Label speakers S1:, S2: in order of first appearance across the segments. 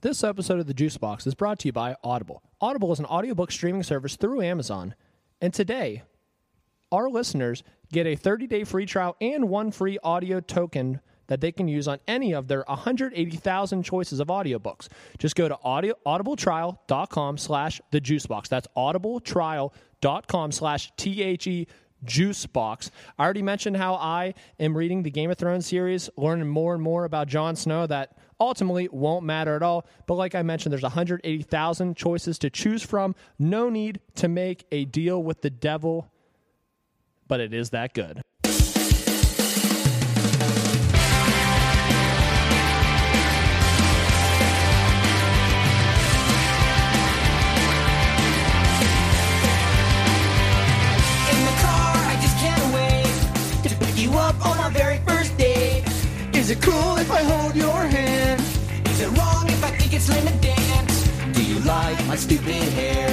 S1: This episode of The Juice Box is brought to you by Audible. Audible is an audiobook streaming service through Amazon. And today, our listeners get a 30-day free trial and one free audio token that they can use on any of their 180,000 choices of audiobooks. Just go to audio, audibletrial.com slash the juicebox. That's audibletrial.com slash T-H-E juicebox. I already mentioned how I am reading the Game of Thrones series, learning more and more about Jon Snow that ultimately won't matter at all. But like I mentioned, there's 180,000 choices to choose from. No need to make a deal with the devil but it is that good.
S2: In the car, I just can't wait to pick you up on our very first date. Is it cool if I hold your hand? Is it wrong if I think it's lame to dance? Do you like my stupid hair?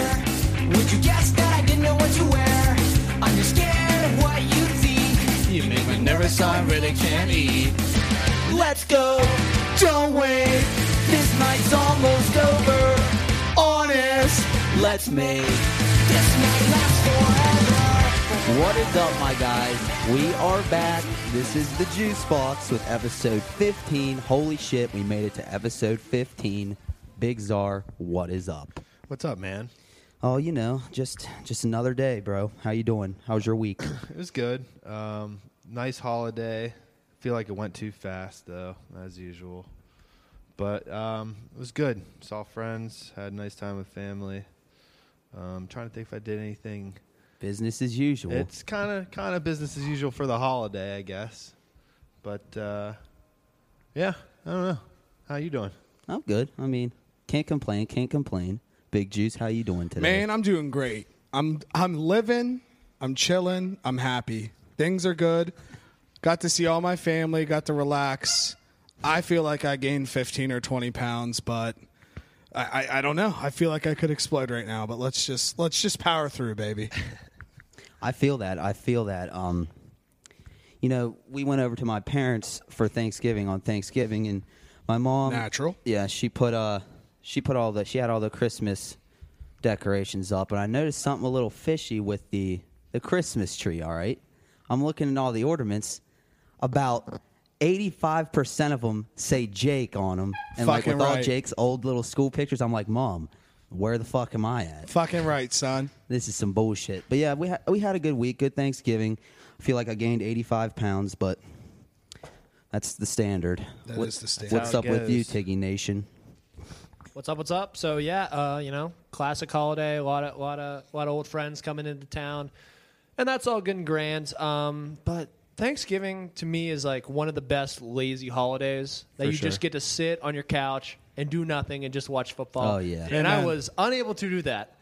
S2: Would you guess that I didn't know what you wear? I'm just scared of what you think. You make me nervous, I really can't eat. Let's go, don't wait. This night's almost over. Honest, let's make this night last forever.
S3: What is up, my guys? We are back. This is the Juice Box with episode 15. Holy shit, we made it to episode 15. Big Czar, what is up?
S4: What's up, man?
S3: Oh, you know, just just another day, bro. How you doing? How's your week?
S4: It was good. Um, nice holiday. Feel like it went too fast though, as usual. But um, it was good. Saw friends. Had a nice time with family. Um, trying to think if I did anything.
S3: Business as usual.
S4: It's kind of kind of business as usual for the holiday, I guess. But uh, yeah, I don't know. How you doing?
S3: I'm good. I mean, can't complain, can't complain. Big Juice, how you doing today?
S5: Man, I'm doing great. I'm I'm living. I'm chilling. I'm happy. Things are good. Got to see all my family. Got to relax. I feel like I gained 15 or 20 pounds, but I, I, I don't know. I feel like I could explode right now. But let's just let's just power through, baby.
S3: I feel that. I feel that. Um, you know, we went over to my parents for Thanksgiving on Thanksgiving, and my mom
S5: Natural.
S3: Yeah, she put uh, she put all the she had all the Christmas decorations up, and I noticed something a little fishy with the the Christmas tree. All right, I'm looking at all the ornaments. About eighty five percent of them say Jake on them, and like
S5: Fucking
S3: with all
S5: right.
S3: Jake's old little school pictures, I'm like, Mom, where the fuck am I at?
S5: Fucking right, son.
S3: this is some bullshit. But yeah, we ha- we had a good week, good Thanksgiving. I feel like I gained 85 pounds, but that's the standard.
S5: That is the standard.
S3: What's
S4: How
S3: up
S4: it
S3: with you,
S4: goes.
S3: Tiggy Nation?
S1: What's up? What's up? So yeah, uh, you know, classic holiday. A lot of lot of lot of old friends coming into town, and that's all good and grand. Um, but Thanksgiving to me is like one of the best lazy holidays that
S3: For
S1: you
S3: sure.
S1: just get to sit on your couch and do nothing and just watch football.
S3: Oh, yeah.
S1: and I
S5: Amen.
S1: was unable to do that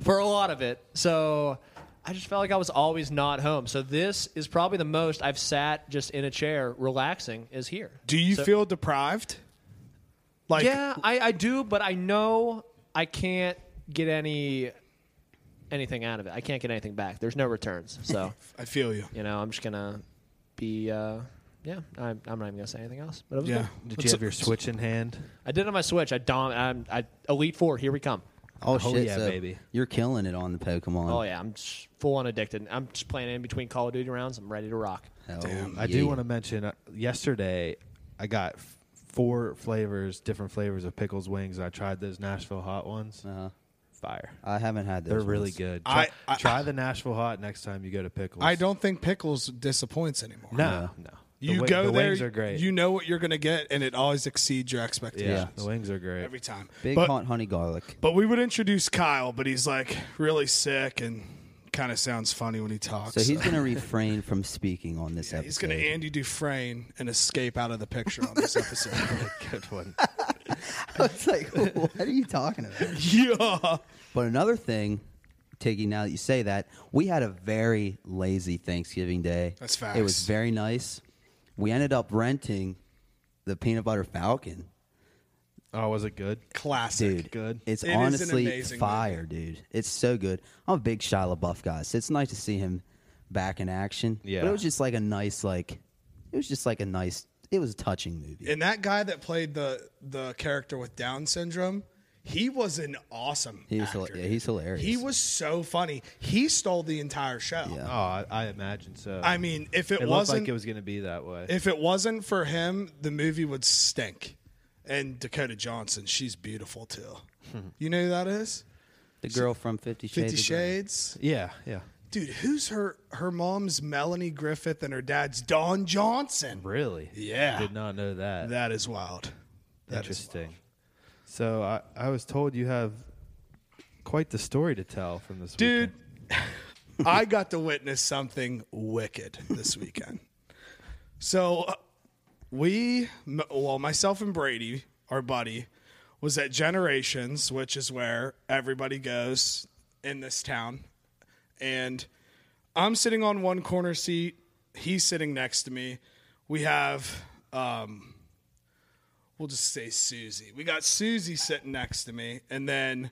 S1: for a lot of it. So I just felt like I was always not home. So this is probably the most I've sat just in a chair relaxing is here.
S5: Do you
S1: So-
S5: feel deprived? Like
S1: yeah, I, I do, but I know I can't get any anything out of it. I can't get anything back. There's no returns. So
S5: I feel you.
S1: you know, I'm just gonna be. Uh, yeah, I'm, I'm not even gonna say anything else. But it was
S5: Yeah.
S1: good.
S4: Did you
S5: What's
S4: have
S5: up-
S4: your switch in hand?
S1: I did it on my Switch. I dom. I'm, I Elite Four. Here we come.
S3: Oh,
S4: Oh,
S3: shit,
S4: yeah,
S3: so
S4: baby.
S3: You're killing it on the Pokemon.
S1: Oh yeah, I'm just full on addicted. I'm just playing in between Call of Duty rounds. I'm ready to rock.
S3: Hell
S5: Damn,
S4: I
S3: yeah.
S4: do want to mention uh, yesterday I got f- four flavors, different flavors of pickles wings. I tried those Nashville hot ones.
S3: Uh,
S4: Fire.
S3: I haven't had those.
S4: They're really
S3: ones.
S4: good. Try,
S5: I- I-
S4: try the Nashville hot next time you go to pickles.
S5: I don't think pickles disappoints anymore.
S4: No, no. The
S5: You
S4: wi-
S5: go
S4: the
S5: there.
S4: Wings are great.
S5: You know what you're going to get, and it always exceeds your
S4: yeah,
S5: expectations.
S4: the wings are great.
S5: every time.
S3: Big
S5: but,
S3: hot honey garlic.
S5: but we would introduce Kyle, but he's like really sick and kind of sounds funny when he talks.
S3: So he's going to refrain from speaking on this episode.
S5: he's going to Andy Dufresne and escape out of the picture on this episode.
S4: Good one.
S3: it's like, what are you talking about?
S5: yeah.
S3: But another thing, Tiggy, now that you say that, we had a very lazy Thanksgiving day.
S5: That's
S3: It was
S5: facts.
S3: very nice. We ended up renting the Peanut Butter Falcon.
S4: Oh, was it good?
S5: Classic.
S3: Dude,
S4: good.
S3: it's
S5: It is an
S3: honestly
S5: amazing
S3: fire, dude. It's so good. I'm a big Shia LaBeouf guy, so it's nice to see him back in action.
S4: Yeah.
S3: But it was just like a nice, like, it was just like a nice it was a touching movie.
S5: And that guy that played the the character with Down syndrome, he was an awesome.
S3: He was
S5: actor.
S3: hila- yeah, he's hilarious.
S5: He was so funny. He stole the entire show.
S4: Oh,
S3: Yeah.
S4: I, I imagine so.
S5: I mean, if it,
S4: it looked
S5: wasn't
S4: like it was going to be that way.
S5: if it wasn't for him, the movie would stink. And Dakota Johnson, she's beautiful too. you know who that is?
S3: the girl from Fifty Shades.
S5: Fifty
S3: of Grey.
S5: Shades.
S4: yeah, yeah.
S5: Dude, who's her? Her mom's Melanie Griffith and her dad's Don Johnson.
S4: Really?
S5: Yeah.
S4: Did not know that.
S5: That is wild. That is
S4: Interesting. So I, I was told you have quite the story to tell from this
S5: dude
S4: weekend.
S5: i got to witness something wicked this weekend so uh, we m- well myself and brady our buddy was at generations which is where everybody goes in this town and i'm sitting on one corner seat he's sitting next to me we have um we'll just say susie we got susie sitting next to me and then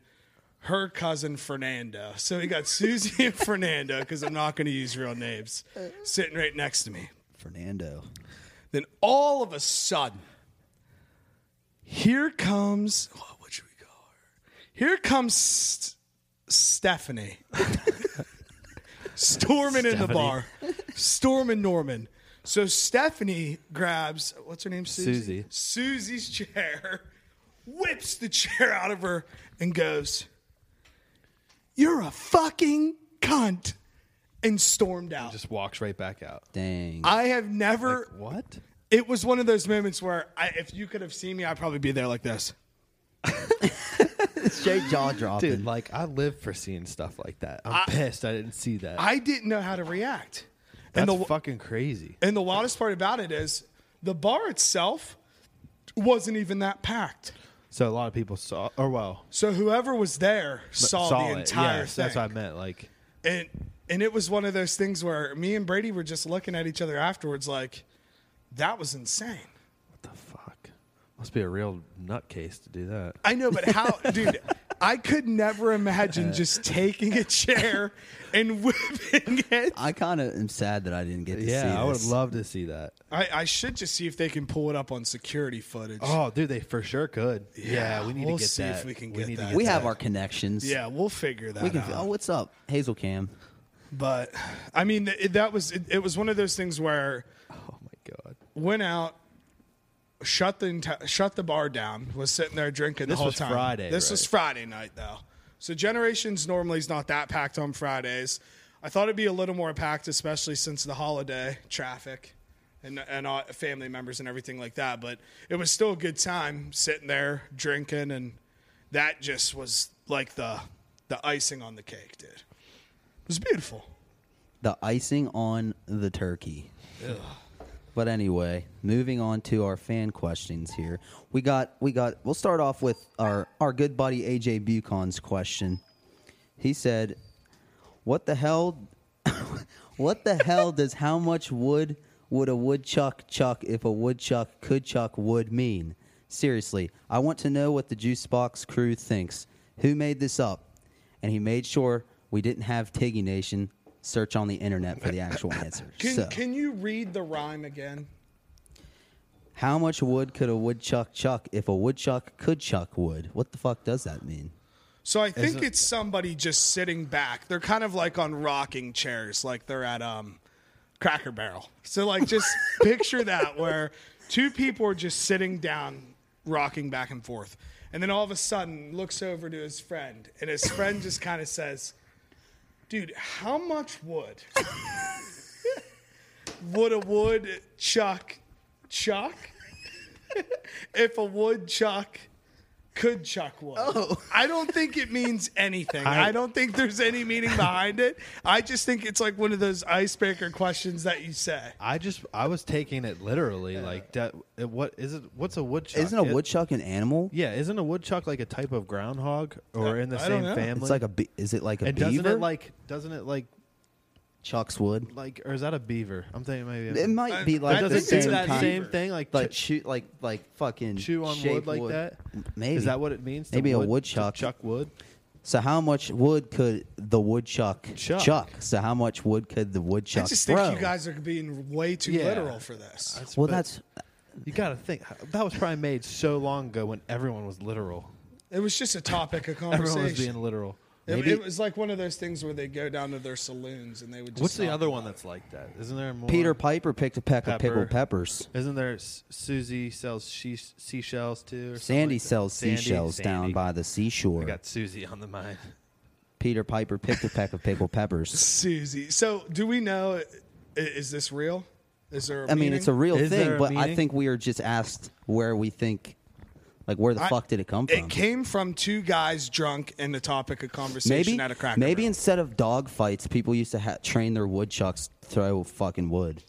S5: her cousin Fernando. So we got Susie and Fernando, because I'm not going to use real names, sitting right next to me.
S3: Fernando.
S5: Then all of a sudden, here comes what, what should we call her? Here comes St- Stephanie, storming in the bar, storming Norman. So Stephanie grabs what's her name?
S4: Susie.
S5: Susie. Susie's chair, whips the chair out of her, and goes, "You're a fucking cunt," and stormed out.
S4: Just walks right back out.
S3: Dang.
S5: I have never
S4: What?
S5: it was one of those moments where I, if you could have seen me, I'd probably be there like this.
S3: Straight jaw dropping.
S4: Dude, like I live for seeing stuff like that. I'm pissed I didn't see that.
S5: I didn't know how to react.
S4: That's
S5: and the
S4: fucking crazy.
S5: and the wildest part about it is the bar itself wasn't even that packed.
S4: So a lot of people saw, or well,
S5: So whoever was there saw,
S4: saw
S5: the
S4: it.
S5: entire
S4: Yes,
S5: thing.
S4: That's what I meant. Like,
S5: and and it was one of those things where me and Brady were just looking at each other afterwards, like that was insane.
S4: what the fuck? Must be a real nutcase to do that.
S5: I know, but how, dude? I could never imagine just taking a chair and whipping it.
S3: I kind of am sad that I didn't get to see
S4: Yeah, I would
S3: this.
S4: love to see that.
S5: I, I should just see if they can pull it up on security footage.
S4: Oh, dude, they for sure could. Yeah, we need
S5: we'll
S4: to get
S5: see
S4: that.
S5: if we can get
S4: need to
S5: that.
S3: We have our connections.
S5: Yeah, we'll figure that
S3: We can.
S5: out.
S3: Oh, what's up, Hazel Cam?
S5: but I mean, th- it, that was it, it. Was one of those things where
S4: Oh my god,
S5: went out, shut the enti- shut the bar down. Was sitting there drinking
S4: This
S5: the whole
S4: was
S5: time.
S4: Friday,
S5: This was
S4: right?
S5: Friday night though. So Generations normally is not that packed on Fridays. I thought it'd be a little more packed, especially since the holiday traffic. And, and all, family members and everything like that, but it was still a good time sitting there drinking, and that just was like the the icing on the cake, dude. It was beautiful.
S3: The icing on the turkey. But anyway, moving on to our fan questions here. We got we got we'll start off with our our good buddy AJ Buchan's question. He said, "What the hell What the hell does how much wood would a woodchuck chuck if a woodchuck could chuck wood mean? Seriously, I want to know what the juice box crew thinks. Who made this up? And he made sure we didn't have Tiggy Nation search on the internet for the actual answer.
S5: Can
S3: so,
S5: can you read the rhyme again?
S3: how much wood could a woodchuck chuck if a woodchuck could chuck wood? What the fuck does that mean?
S5: So I think it's somebody just sitting back. They're kind of like on rocking chairs, like they're at um Cracker Barrel. So like just picture that where two people are just sitting down, rocking back and forth, and then all of a sudden looks over to his friend, and his friend just kind of says, "Dude, how much wood would a wood chuck chuck if a wood chuck?" could chuck wood. I don't think it means anything. I, don't think there's any meaning behind it. I just think it's like one of those icebreaker questions that you say.
S4: I just I was taking it literally. Like that. it- What is it? What's a woodchuck?
S3: Isn't a
S4: It-
S3: woodchuck an animal?
S4: Yeah, isn't a woodchuck like a type of groundhog
S3: Uh,
S4: or in the
S5: I
S4: same
S5: don't know.
S4: family?
S3: It's like a be- is it like a
S4: And
S3: beaver?
S4: doesn't it like doesn't it like
S3: chucks wood?
S4: like or is that a beaver? I'm thinking maybe I'm-
S3: It
S5: I-
S3: might be like
S5: I
S4: does
S3: the
S4: it
S5: think it's
S3: same
S4: that
S3: kind.
S4: same thing like
S3: like
S4: ch-
S3: shoot like like fucking
S4: chew on
S3: shave
S4: wood like that?
S3: M- Maybe
S4: Is that what it means? To
S3: Maybe a
S4: wood,
S3: woodchuck.
S4: To chuck wood.
S3: So how much wood could the woodchuck chuck?
S4: Chuck.
S3: So how much wood could the woodchuck
S5: I just think
S3: throw?
S5: you guys are being way too
S4: Yeah.
S5: literal for this.
S3: well,
S4: But
S3: that's
S4: You got to think that was probably made so long ago when everyone was literal.
S5: It was just a topic of
S4: Everyone was
S5: conversation.
S4: being literal.
S5: It,
S4: Maybe-
S5: it was like one of those things where they go down to their saloons and they would. just
S4: what's the
S5: talk
S4: other
S5: about
S4: one
S5: it.
S4: that's like that? Isn't there more?
S3: Peter Piper picked a peck of
S4: Pepper.
S3: pickled peppers.
S4: Isn't there S- Susie sells she- seashells too? Or something
S3: Sandy
S4: like that?
S3: sells
S4: Sandy-
S3: seashells down
S4: Sandy.
S3: by the seashore.
S4: I got Susie on the mind.
S3: Peter Piper picked a peck of pickled peppers.
S5: Susie? So do we know? i- Is this real? Is there? I
S3: I mean, it's a real
S4: Is
S3: thing,
S4: there a
S3: but I
S4: meaning?
S3: think we are just asked where we think, like, where the fuck did it come from?
S5: It came from two guys drunk and the topic of conversation
S3: maybe
S5: at a cracker.
S3: maybe
S5: Barrel.
S3: instead of dog fights, people used to ha- train their woodchucks to throw fucking wood,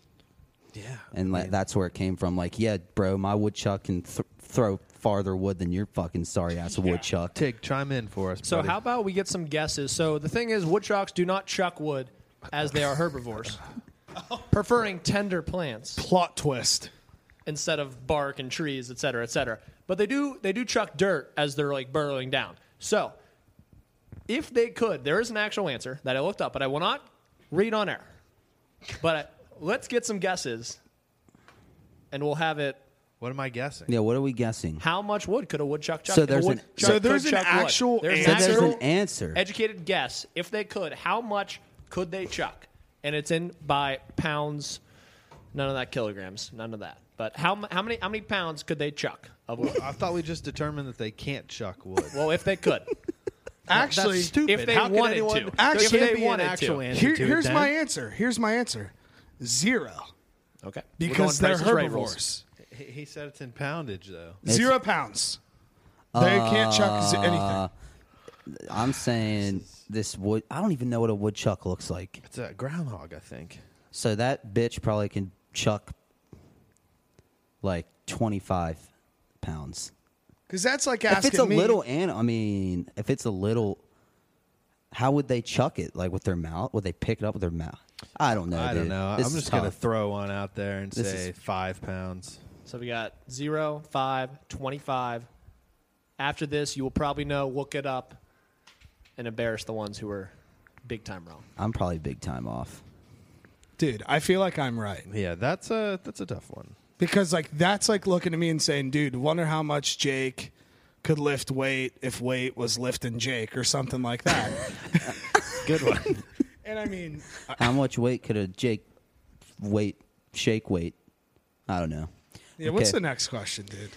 S4: Yeah,
S3: and like that's where it came from. Like, yeah, bro, my woodchuck can th- throw farther wood than your fucking sorry ass woodchuck.
S4: Tig, chime in for us.
S1: So
S4: buddy.
S1: how about we get some guesses? So the thing is, woodchucks do not chuck wood, as they are herbivores, preferring tender plants
S5: plot twist.
S1: instead of bark and trees, et cetera, et cetera. But they do they do chuck dirt as they're like burrowing down. So if they could, there is an actual answer that I looked up, but I will not read on air. But I, let's get some guesses, and we'll have it.
S4: What am I guessing?
S3: Yeah, what are we guessing?
S1: How much wood could a woodchuck chuck?
S3: So
S1: A
S3: there's an-
S1: woodchuck
S5: So
S1: could
S5: there's an
S1: chuck wood.
S5: actual
S1: There's
S5: answer?
S3: So
S1: an
S3: there's
S1: actual
S3: an answer.
S1: educated guess if they could how much could they chuck and it's in by pounds none of that kilograms none of that but how, mu- how many how many pounds could they chuck of wood
S4: I thought we just determined that they can't chuck wood.
S1: well if they could
S5: Actually,
S4: stupid.
S1: if they
S4: How could
S1: wanted
S4: anyone-
S1: to
S5: Actually,
S1: if
S5: it'd
S1: they
S4: be an
S1: wanted
S4: actual
S1: to
S4: answer.
S5: here,
S4: to it
S5: here's
S4: then.
S5: my answer. Here's my answer. Zero.
S1: okay We're
S5: Because
S1: going
S5: they're
S1: Price is Right rules.
S5: herbivores.
S4: He- He said it's in poundage though.
S5: Zero pounds. They can't chuck
S3: Uh,
S5: z- anything.
S3: I'm saying this wood. I don't even know what a woodchuck looks like.
S4: It's a groundhog, I think.
S3: So that bitch probably can chuck like 25 pounds.
S5: Because that's like
S3: If
S5: asking
S3: it's a
S5: me.
S3: little animal, I mean, if it's a little, how would they chuck it? Like with their mouth? Would they pick it up with their mouth? I don't know.
S4: I
S3: dude.
S4: don't know.
S3: This
S4: I'm
S3: is
S4: just gonna
S3: tough.
S4: throw one out there and
S3: This
S4: say
S3: is-
S4: five pounds.
S1: so we got 0 5 25 after this you will probably know look it up and embarrass the ones who were big time wrong
S3: I'm probably big time off.
S5: Dude, I feel like I'm right.
S4: Yeah, that's a that's a tough one.
S5: Because like that's like looking at me and saying, dude, wonder how much Jake could lift weight if weight was lifting Jake or something like that.
S4: Good one.
S5: and I mean, uh,
S3: How much weight could a Jake weight shake weight? I don't know.
S5: yeah, what's
S3: Okay.
S5: the next question, dude?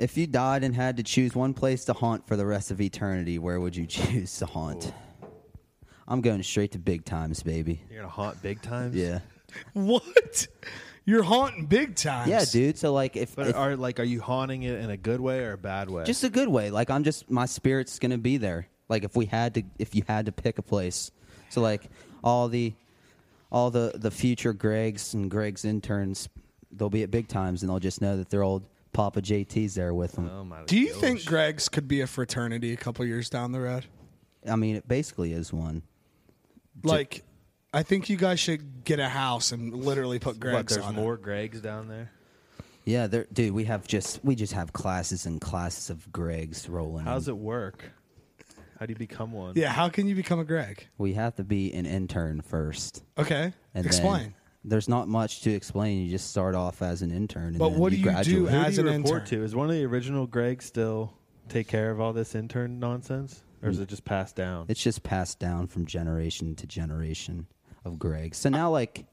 S3: If you died and had to choose one place to haunt for the rest of eternity, where would you choose to haunt? I'm going straight to big times, baby.
S4: You're gonna haunt big times.
S3: Yeah.
S5: What? You're haunting big time.
S3: Yeah, dude. So like if,
S4: But
S3: if-
S4: are like are you haunting it in a good way or a bad way?
S3: just a good way. Like I'm just my spirit's gonna be there. Like if we had to if you had to pick a place. So like all the all the the future Gregs and Greg's interns, they'll be at big times and they'll just know that their old Papa JT's there with them.
S4: oh my.
S5: Do you
S4: gosh.
S5: think Greg's could be a fraternity a couple years down the road?
S3: I mean, it basically is one.
S5: Like, I think you guys should get a house and literally put
S4: what,
S5: Greg's
S4: there's
S5: on
S4: more Gregs down there?
S3: Yeah, there, dude. We have just we just have classes and classes of Gregs rolling.
S4: How
S3: in.
S4: does it work? How do you become one?
S5: it. Hmm. Yeah, how can you become a Greg?
S3: We have to be an intern first.
S5: Okay,
S3: And
S5: explain.
S3: Then there's not much to explain. You just start off as an intern. And
S5: But
S3: then
S5: what do you do
S3: graduate.
S4: Who
S5: As
S4: do you
S5: an
S4: report
S5: intern.
S4: to? Is one of the original Gregs still take care of all this intern nonsense, or
S5: Hmm.
S4: is it just passed down?
S3: It's just passed down from generation to generation of Greg. So now, like,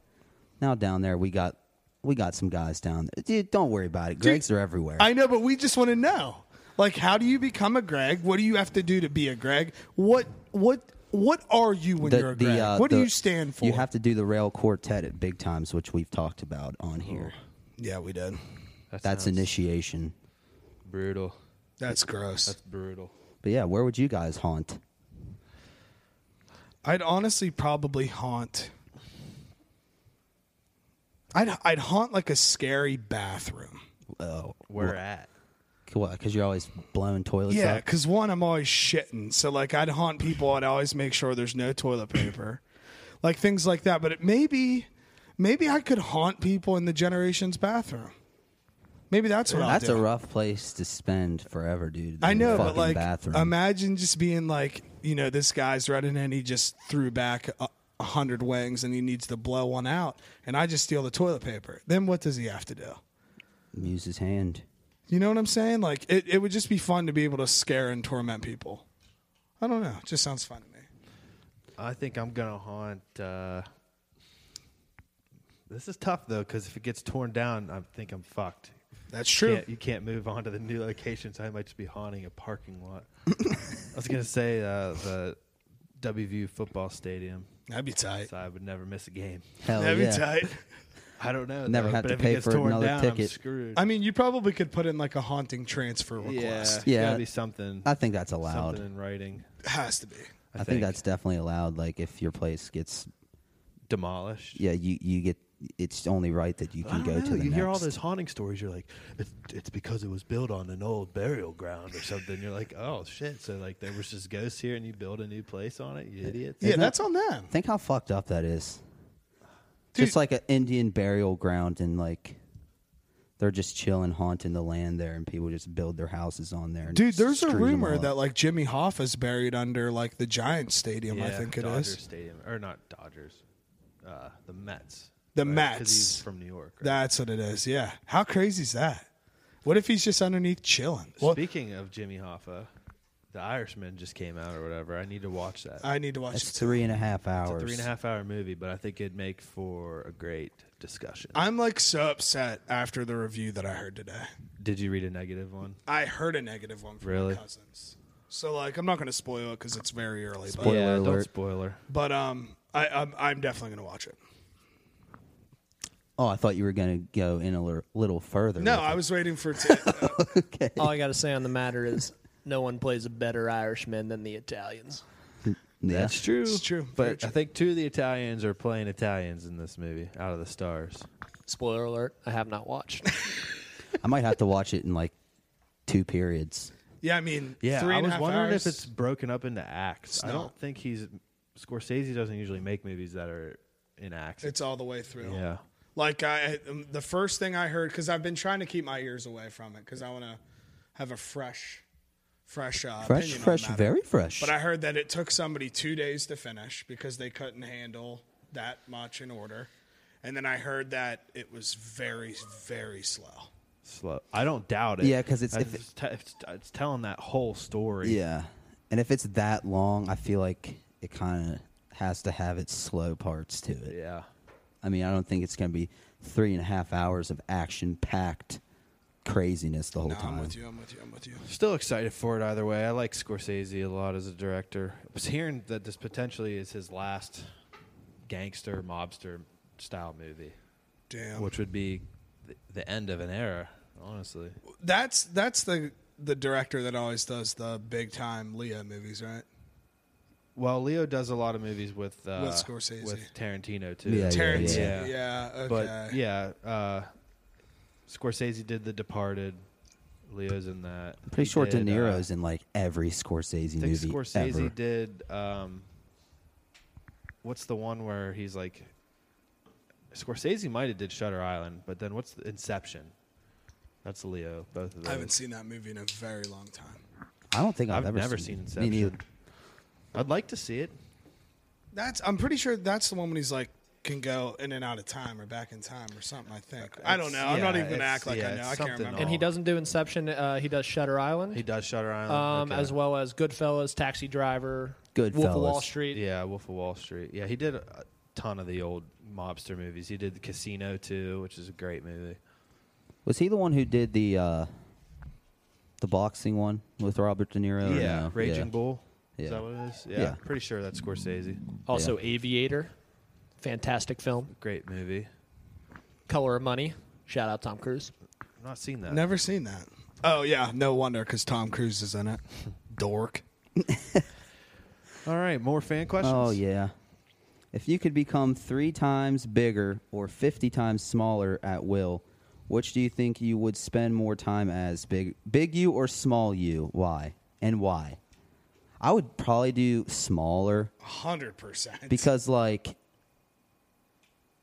S3: now down there, we got we got some guys down. there. Dude, don't worry about it. Gregs are everywhere.
S5: I know, but we just want to know. Like, how do you become a Greg? What do you have to do to be a Greg? What what what are you when you're a Greg?
S3: uh,
S5: what do
S3: the-
S5: you stand for?
S3: You have to do the rail quartet at big times, which we've talked about on here.
S5: yeah, we did.
S4: That
S3: That's
S4: sounds
S3: initiation.
S4: brutal.
S5: That's gross.
S4: That's brutal.
S3: But yeah, where would you guys haunt?
S5: I'd honestly probably haunt. I'd I'd haunt like a scary bathroom.
S3: Oh,
S4: Where at?
S3: Because you're always blowing toilets
S5: Yeah,
S3: up.
S5: because one, I'm always shitting. So, like, I'd haunt people. I'd always make sure there's no toilet paper, like things like that. But it maybe, maybe I could haunt people in the generations bathroom. Maybe that's what
S3: That's
S5: I'll
S3: a
S5: do.
S3: rough place to spend forever, dude.
S5: I
S3: in
S5: know,
S3: the
S5: but
S3: fucking
S5: like,
S3: bathroom.
S5: imagine just being like, you know, this guy's running and he just threw back a a hundred wings and he needs to blow one out, and I just steal the toilet paper. Then what does he have to do?
S3: Muse's hand.
S5: You know what I'm saying? Like it, it would just be fun to be able to scare and torment people. I don't know. It just sounds fun to me.
S4: I think I'm gonna haunt. Uh, this is tough though, because if it gets torn down, I think I'm fucked.
S5: That's true.
S4: Can't, you can't move on to the new location, so I might just be haunting a parking lot. I was gonna say uh, the WVU football stadium,
S5: That'd be tight.
S4: so I would never miss a game.
S3: Hell
S5: That'd
S3: yeah.
S5: be tight.
S4: I don't know.
S3: Never
S4: though,
S3: have
S4: but
S3: to
S4: if
S3: pay
S4: it gets
S3: for
S4: torn
S3: another
S4: down, I'm
S3: ticket.
S4: screwed.
S5: I mean, you probably could put in like a haunting transfer request.
S4: Yeah,
S3: Yeah.
S4: gotta be something.
S3: I think that's allowed.
S4: something in writing.
S5: Has to be.
S4: I,
S3: I think that's definitely allowed. Like if your place gets,
S4: demolished.
S3: yeah, you you get. It's only right that you
S4: I
S3: can
S4: don't
S3: go
S4: know.
S3: to the
S4: you
S3: next.
S4: hear all those haunting stories. You're like, it's, it's because it was built on an old burial ground or something. You're like, oh shit! So like there was just ghosts here, and you build a new place on it. You idiots.
S5: Yeah,
S3: Isn't
S5: that's
S3: that-
S5: on them.
S3: Think how fucked up that is.
S5: Dude.
S3: Just like an Indian burial ground, and like they're just chilling, haunting the land there, and people just build their houses on there. and
S5: Dude, there's a
S3: strew them all
S5: rumor
S3: up.
S5: that like Jimmy Hoffa's buried under like the Giants Stadium. I
S4: Yeah,
S5: think it is.
S4: Dodgers Stadium or not Dodgers, uh, the Mets.
S5: The
S4: 'Cause
S5: Mets.
S4: he's from New York. right?
S5: That's what it is. Yeah. How crazy is that? What if he's just underneath chilling? Well,
S4: Speaking of Jimmy Hoffa, The Irishman just came out or whatever. I need to watch that.
S5: I need to watch
S3: It's
S5: it.
S3: three and a half hours.
S4: it's a three and a half hour movie, but I think it'd make for a great discussion.
S5: I'm like so upset after the review that I heard today.
S4: Did you read a negative one?
S5: I heard a negative one from
S4: Really?
S5: my cousins. So like, I'm not going to spoil it because it's very early.
S3: Spoil-
S5: But,
S3: Spoiler
S4: yeah, don't
S3: alert.
S4: spoiler.
S5: but um, I, I'm I'm definitely going to watch it.
S3: Oh, I thought you were gonna go in a lir- little further.
S5: No,
S3: with
S5: I was waiting for. T- uh,
S1: All I got to say on the matter is no one plays a better Irishman than the Italians.
S3: it. Yeah.
S4: That's true.
S5: It's true. Very
S4: But
S5: true.
S4: I think two of the Italians are playing Italians in this movie, out of the stars.
S1: Spoiler alert, I have not watched.
S3: I might have to watch it in like two periods.
S5: yeah, I mean,
S4: Yeah,
S5: three
S4: I
S5: and a
S4: was
S5: half
S4: wondering
S5: hours.
S4: if it's broken up into acts.
S5: It's
S4: I don't
S5: not.
S4: think he's Scorsese doesn't usually make movies that are in acts.
S5: it's all the way through.
S4: yeah.
S5: Like I, um, the first thing I heard because I've been trying to keep my ears away from it because I want to have a fresh, fresh, uh,
S3: Fresh,
S5: opinion on the
S3: fresh,
S5: matter.
S3: very fresh.
S5: But I heard that it took somebody two days to finish because they couldn't handle that much in order. And then I heard that it was very, very slow.
S4: slow. I don't doubt it.
S3: Yeah, 'cause it's-
S4: That's
S3: if it-
S4: just te- it's, it's telling that whole story.
S3: yeah, and if it's that long, I feel like it kind of has to have its slow parts to it.
S4: yeah.
S3: I mean, I don't think it's gonna be three and a half hours of action-packed craziness the whole
S5: No, I'm
S3: time.
S5: with you. I'm with you. I'm with you.
S4: Still excited for it either way. I like Scorsese a lot as a director. I was hearing that this potentially is his last gangster mobster style movie,
S5: Damn.
S4: which would be th- the end of an era. Honestly,
S5: That's that's the the director that always does the big time Leo movies, right?
S4: well, Leo does a lot of movies with uh,
S5: With Scorsese.
S4: with Tarantino too.
S3: Yeah, yeah,
S5: Terrence.
S4: yeah.
S5: Yeah. okay.
S4: But yeah, uh, Scorsese did The Departed. Leo's in that.
S3: I'm pretty
S4: He
S3: sure De
S4: did, uh,
S3: Niro's in like every Scorsese
S4: I think
S3: movie
S4: Scorsese
S3: ever.
S4: did. Um, what's the one where he's like? Scorsese might have did Shutter Island, but then what's the Inception? That's Leo. Both of those.
S5: I haven't seen that movie in a very long time.
S3: I don't think I've,
S4: I've
S3: ever
S4: never
S3: seen,
S4: seen
S3: Me neither.
S4: Inception. I'd like to see it.
S5: That's I'm pretty sure that's the one when he's like can go in and out of time or back in time or something. I think I don't know. I'm not
S4: yeah,
S5: even gonna
S4: it's-
S5: act like
S4: yeah,
S5: I
S4: it's
S5: know. I can't
S4: something
S5: remember.
S1: and he doesn't do Inception, uh, Oh. he does Shutter Island,
S4: He does Shutter
S1: um,
S4: Island
S1: as well as Goodfellas, Taxi Driver, Wolf of
S3: Goodfellas.
S1: Wall Street.
S4: Yeah, Wolf of Wall Street. Yeah, he did a ton of the old mobster movies. He did Casino too, which is a great movie.
S3: Was he the one who did the uh, the boxing one with Robert De Niro? or no?
S4: Raging
S3: Oh, yeah.
S4: Bull.
S3: Yeah.
S4: Is that what it is?
S3: Yeah.
S4: pretty sure that's Scorsese.
S1: Also, Aviator, fantastic film.
S4: Great movie.
S1: Color of Money, shout out Tom Cruise.
S4: I've not seen that.
S5: Never seen that. Oh yeah, no wonder because Tom Cruise is in it. Dork.
S4: All right, more fan questions.
S3: Oh yeah. If you could become three times bigger or fifty times smaller at will, which do you think you would spend more time as big big you or small you? Why and why? I would probably do smaller
S5: Hundred percent.
S3: because like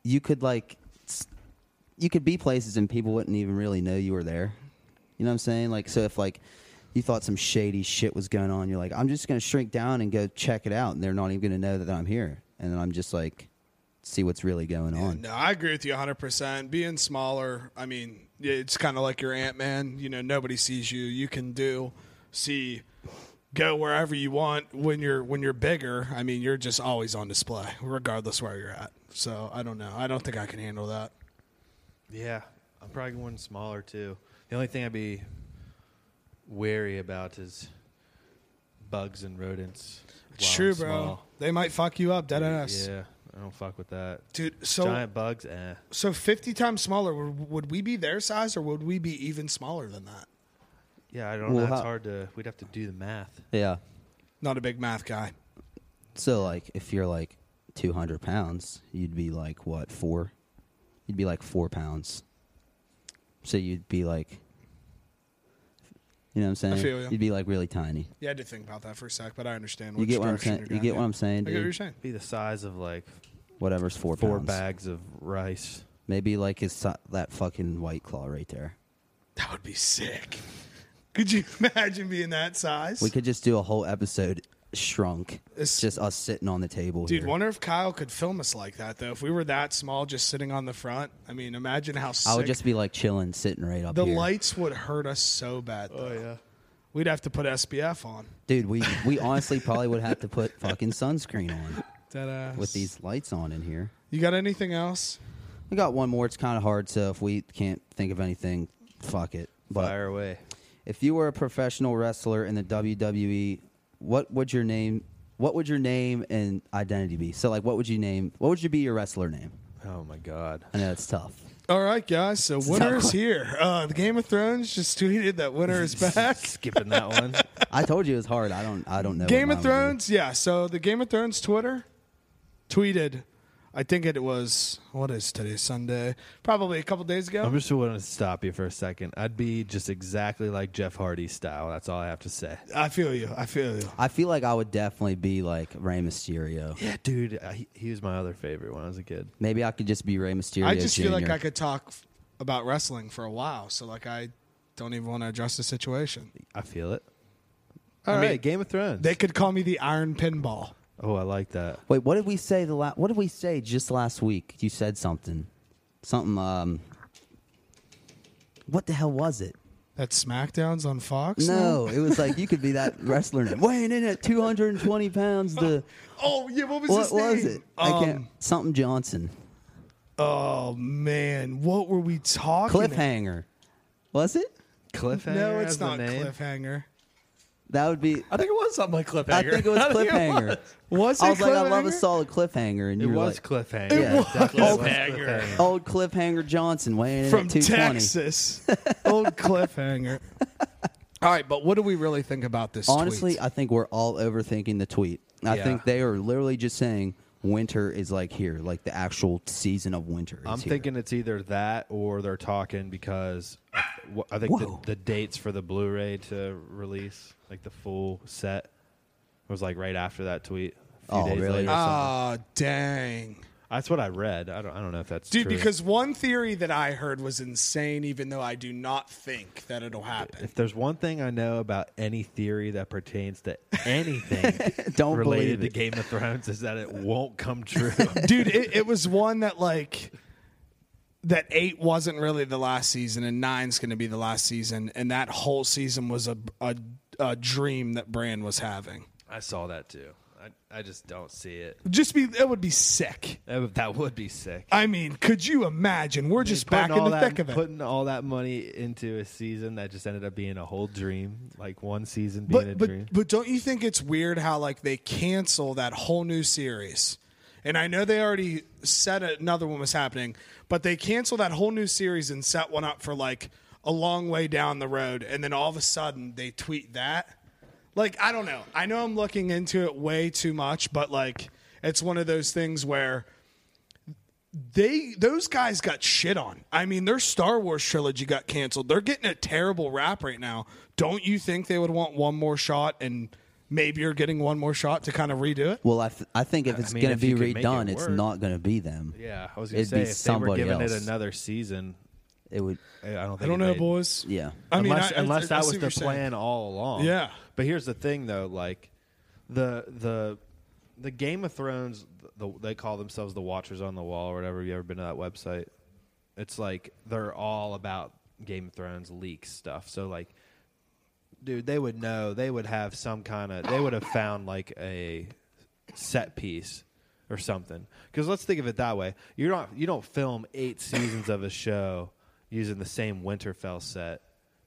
S3: you could like s- you could be places and people wouldn't even really know you were there you know what i'm saying like so if like you thought some shady shit was going on you're like i'm just gonna shrink down and go check it out and they're not even gonna know that i'm here and then i'm just like see what's really going on.
S5: No, I agree with you 100%. Being smaller, I mean, yeah, it's kind of like your Ant Man. You know, nobody sees you. You can do, see, go wherever you want. When you're when you're bigger, I mean, you're just always on display, regardless where you're at. So I don't know. I don't think I can handle that.
S4: Yeah, I'm probably going smaller too. The only thing I'd be wary about is bugs and rodents.
S5: It's
S4: while
S5: true,
S4: I'm
S5: bro.
S4: small.
S5: They might fuck you up, dead ass,
S4: Yeah, I don't fuck with that.
S5: dude. So
S4: Giant bugs, eh?
S5: so 50 times smaller. Would, would we be their size, or would we be even smaller than that?
S4: Yeah, I don't.
S3: Well,
S4: know. That's
S3: how-
S4: hard to. We'd have to do the math.
S3: Yeah.
S5: Not a big math guy.
S3: So like, if you're like 200 pounds, you'd be like what four? You'd be like four pounds. So you'd be like, you know what I'm saying?
S5: feel ya.
S3: You'd be like really tiny.
S5: Yeah, I did think about that for a sec, but I understand.
S3: You
S5: which
S3: get what I'm
S5: direction
S3: saying?
S5: you're
S3: You
S5: going.
S3: get what I'm saying?
S5: I get what you're
S3: Dude?
S5: saying.
S4: Be the size of like
S3: Whatever's four,
S4: four
S3: pounds.
S4: bags of rice.
S3: Maybe like his si- that fucking white claw right there.
S5: That would be sick. Could you imagine being that size?
S3: We could just do a whole episode shrunk.
S5: It's-
S3: It's just us sitting on the table.
S5: Dude,
S3: here.
S5: wonder if Kyle could film us like that though. If we were that small, just sitting on the front. I mean, imagine how sick.
S3: I would just be like chilling, sitting right up
S5: the
S3: here.
S5: lights would hurt us so bad. Though.
S4: yeah.
S5: We'd have to put SPF on.
S3: Dude, we we honestly probably would have to put fucking sunscreen on
S5: Deadass.
S3: with these lights on in here.
S5: you got anything else?
S3: We got one more. It's kind of hard, so if we can't think of anything, fuck it. But
S4: Fire away.
S3: if you were a professional wrestler in the WWE, what would your name? What would your name and identity be? So, like, what would you name? What would you be your wrestler name?
S4: Oh my god.
S3: I know it's tough.
S5: All right, guys. So winner's here. Uh, the Game of Thrones just tweeted that winner is back.
S4: Skipping that one.
S3: I told you it was hard. I don't. I don't know. what
S5: Game
S3: mine would
S5: of
S3: be.
S5: Thrones, yeah. So the Game of Thrones Twitter tweeted, I think it was what is today Sunday, probably a couple days ago.
S4: I'm just going to stop you for a second. I'd be just exactly like Jeff Hardy style. That's all I have to say.
S5: I feel you. I feel you.
S3: I feel like I would definitely be like Rey Mysterio.
S4: Yeah, dude. I, he- he was my other favorite when I was a kid.
S3: Maybe I could just be Rey Mysterio.
S5: I just feel like
S3: Jr..
S5: I could talk f- about wrestling for a while, so like I don't even want to address the situation.
S4: I feel it. All
S5: I
S4: right,
S5: mean,
S4: Game of Thrones.
S5: They could call me the Iron Pinball.
S4: oh, I like that.
S3: Wait, what did we say the la- What did we say just last week? You said something, something. Um, what the hell was it?
S5: That SmackDown's on Fox. now?
S3: No, it was like you could be that wrestler name. weighing in at 220 pounds. The
S5: Oh yeah, what was
S3: what
S5: his
S3: was
S5: name?
S3: it? I can't.
S5: Um,
S3: Something Johnson.
S5: oh man, what were we talking?
S3: Cliffhanger. Was it?
S4: Cliffhanger.
S5: No, it's
S4: as the
S5: not
S4: name?
S5: cliffhanger.
S3: That would be.
S4: I think it was something like Cliffhanger.
S3: I think it was cliffhanger.
S5: Was it
S3: I was like, I love a
S5: cliffhanger?
S3: solid cliffhanger, and
S4: It
S3: you were
S4: was
S3: like,
S4: Cliffhanger.
S3: Yeah, was.
S4: definitely was
S5: Cliffhanger.
S4: Cliffhanger.
S3: old cliffhanger Johnson weighing in
S5: from
S3: at 220.
S5: Texas. Old cliffhanger. All right, but what do we really think about this?
S3: Honestly,
S5: tweet?
S3: I think we're all overthinking the tweet. I
S4: Yeah.
S3: think they are literally just saying winter is like here, like the actual season of winter. Is
S4: I'm
S3: here.
S4: thinking it's either that or they're talking because wh- I think the,
S3: Whoa.
S4: the dates for the Blu-ray to release, like the full set, was like right after that tweet. A few
S3: Oh,
S4: days
S3: really?
S4: later or something.
S5: ah, dang,
S4: That's what I read. I don't. I don't know if that's
S5: dude.
S4: true.
S5: Because one theory that I heard was insane, even though I do not think that it'll happen.
S4: if there's one thing I know about any theory that pertains to anything
S3: Don't
S4: related
S3: believe
S4: to
S3: it.
S4: Game of Thrones, is that it won't come true.
S5: dude, it, it was one that like that eight wasn't really the last season, and nine's going to be the last season, and that whole season was a a, a dream that Bran was having.
S4: I saw that too. I, I just don't see it.
S5: Just be it would be sick.
S4: That would, that would be sick.
S5: I mean, could you imagine? We're just
S4: Putting
S5: back in
S4: all
S5: the
S4: that-
S5: thick of it.
S4: Putting all that money into a season that just ended up being a whole dream, like one season being a
S5: but but
S4: dream.
S5: but don't you think it's weird how like they cancel that whole new series? And I know they already said another one was happening, but they canceled that whole new series and set one up for like a long way down the road, and then all of a sudden they tweet that. Like I don't know. I know I'm looking into it way too much, but like it's one of those things where they those guys got shit on. I mean, their Star Wars trilogy got canceled. They're getting a terrible rap right now. Don't you think they would want one more shot and maybe you're getting one more shot to kind of redo it?
S3: Well, I, f- I think if it's
S4: mean,
S3: going
S4: if
S3: to be
S4: you can make
S3: redone,
S4: it
S3: it's
S4: work.
S3: not going to be them.
S4: yeah, I was gonna
S3: It'd
S4: say
S3: be
S4: if they were
S3: somebody
S4: giving it
S3: else.
S4: another season,
S3: It would.
S4: I I don't. Think
S5: I don't know,
S4: they'd-
S5: boys.
S3: Yeah.
S5: I mean,
S4: unless
S5: I- I-
S4: unless
S5: I
S4: that was
S5: see what
S4: the
S5: you're saying.
S4: plan all along.
S5: Yeah.
S4: But here's the thing, though. Like the the the Game of Thrones, the, they call themselves the Watchers on the Wall or whatever. Have you ever been to that website? It's like they're all about Game of Thrones leaks stuff. So like, dude, they would know. They would have some kind of. They would have found like a set piece or something. Because let's think of it that way. You don't you don't film eight seasons of a show using the same Winterfell set.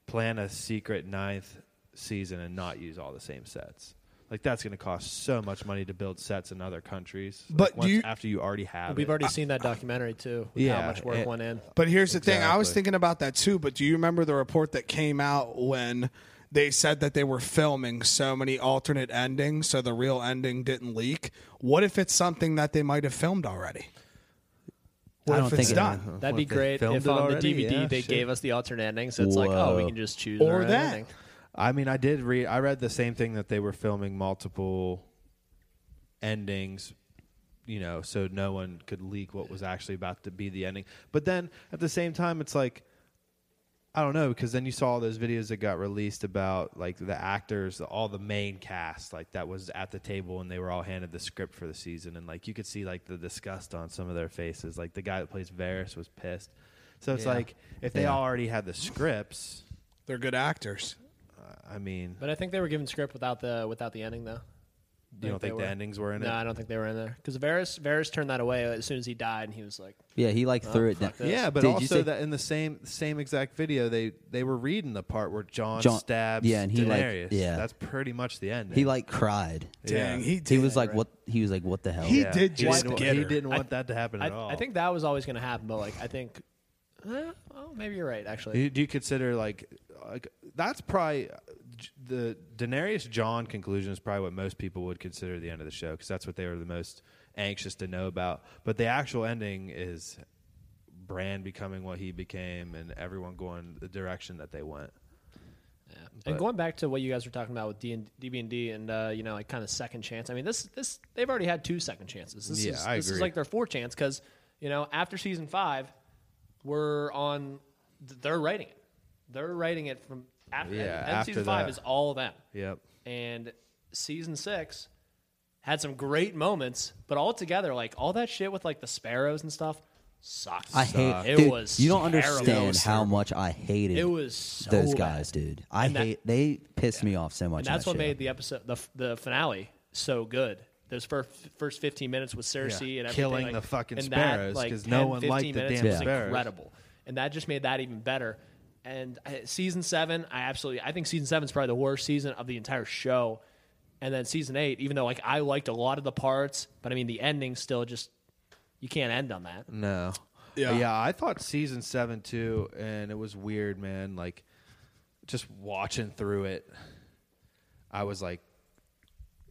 S4: Plan a secret ninth season and not use all the same sets. Like that's going to cost so much money to build sets in other countries.
S5: But
S4: like, once-
S5: you-
S4: after you already have
S1: We've
S4: it.
S1: already seen that documentary too. With
S4: Yeah,
S1: how much work
S4: it-
S1: went in.
S5: But here's the thing. I was
S4: Exactly.
S5: thinking about that too. But do you remember the report that came out when they said that they were filming so many alternate endings so the real ending didn't leak? What if it's something that they might have filmed already? What
S3: I
S5: if
S3: don't
S5: it's
S3: think it-
S5: done?
S1: That'd
S4: What,
S1: be
S4: they
S1: great
S4: filmed
S1: if
S4: it
S1: on
S4: already?
S1: the DVD
S4: Yeah,
S1: they
S4: shit.
S1: gave us the alternate ending, so it's like, oh, we
S3: Whoa.
S1: can just choose
S5: Or
S1: our own
S5: that.
S1: ending.
S4: I mean, I did read. I read the same thing that they were filming multiple endings. You know, so no one could leak what was actually about to be the ending. But then at the same time, it's like I don't know because then you saw all those videos that got released about like the actors, all the main cast, like that was at the table and they were all handed the script for the season, and like you could see like the disgust on some of their faces. Like the guy that plays Varys was pissed. So it's
S3: Yeah.
S4: like if they
S3: Yeah.
S4: already had the scripts,
S5: They're good actors.
S4: I mean,
S1: But I think they were given script without the without the ending though.
S4: you don't
S1: they
S4: think the
S1: were.
S4: endings were in
S1: No,
S4: it?
S1: I don't think they were in there because Varys Varys turned that away as soon as he died, and he was like,
S3: Yeah, he like threw it down.
S1: fuck this.
S4: Oh, Yeah, but
S3: Did you
S4: also
S3: say-
S4: that in the same same exact video, they they were reading the part where John,
S3: Jon-
S4: stabs
S3: yeah, and he, like-
S4: Daenerys.
S3: yeah.
S4: that's pretty much the end.
S3: He like cried.
S4: Yeah.
S5: Dang, he
S3: He
S5: did.
S3: was like, "What?" He was like, "What the hell?"
S5: He did just
S4: didn't,
S5: get
S4: He
S5: her.
S4: didn't
S1: I-
S4: want that to happen at all.
S1: I, I think that was always going to happen, but like I think, eh, oh, maybe you're right actually.
S4: Do, do you consider like like that's probably uh, j- the Daenerys John conclusion is probably what most people would consider the end of the show because that's what they were the most anxious to know about. But the actual ending is Bran becoming what he became and everyone going the direction that they went.
S1: and
S4: but-
S1: going back to what you guys were talking about with D and D and D, and uh, you know, like kind of second chance. I mean, this this they've already had two second chances. This
S4: Yeah,
S1: is,
S4: I
S1: This is
S4: agree.
S1: like their fourth chance because you know after season five, we're on. th- They're writing it. They're writing it from after.
S4: Yeah,
S1: and season
S4: after
S1: five
S4: that.
S1: is all them.
S4: Yep.
S1: And season six had some great moments, but all together, like all that shit with like the sparrows and stuff, sucks.
S3: I hate.
S1: it.
S3: dude,
S1: was
S3: you don't
S1: terrible.
S3: understand how much I hated.
S1: It was so
S3: those
S1: bad.
S3: guys, dude. I
S1: And that-
S3: hate. They pissed me off so much.
S1: And
S3: in
S1: that's
S3: that
S1: what
S3: show.
S1: made the episode, the, the finale, so good. Those first first fifteen minutes with Cersei
S4: Yeah,
S1: and everything,
S4: killing
S1: like-
S4: the fucking
S1: and that,
S4: sparrows,
S1: like,
S4: 'cause no
S1: 10,
S4: one
S1: 15
S4: liked the
S1: minutes
S4: damn
S1: was
S4: sparrows.
S1: Incredible, and that just made that even better. And I, season seven, I absolutely, I think season seven is probably the worst season of the entire show. And then season eight, even though like I liked a lot of the parts, but I mean the ending still just you can't end on that.
S4: No.
S5: Yeah.
S4: Yeah, I thought season seven too, and it was weird, man. Like just watching through it, I was like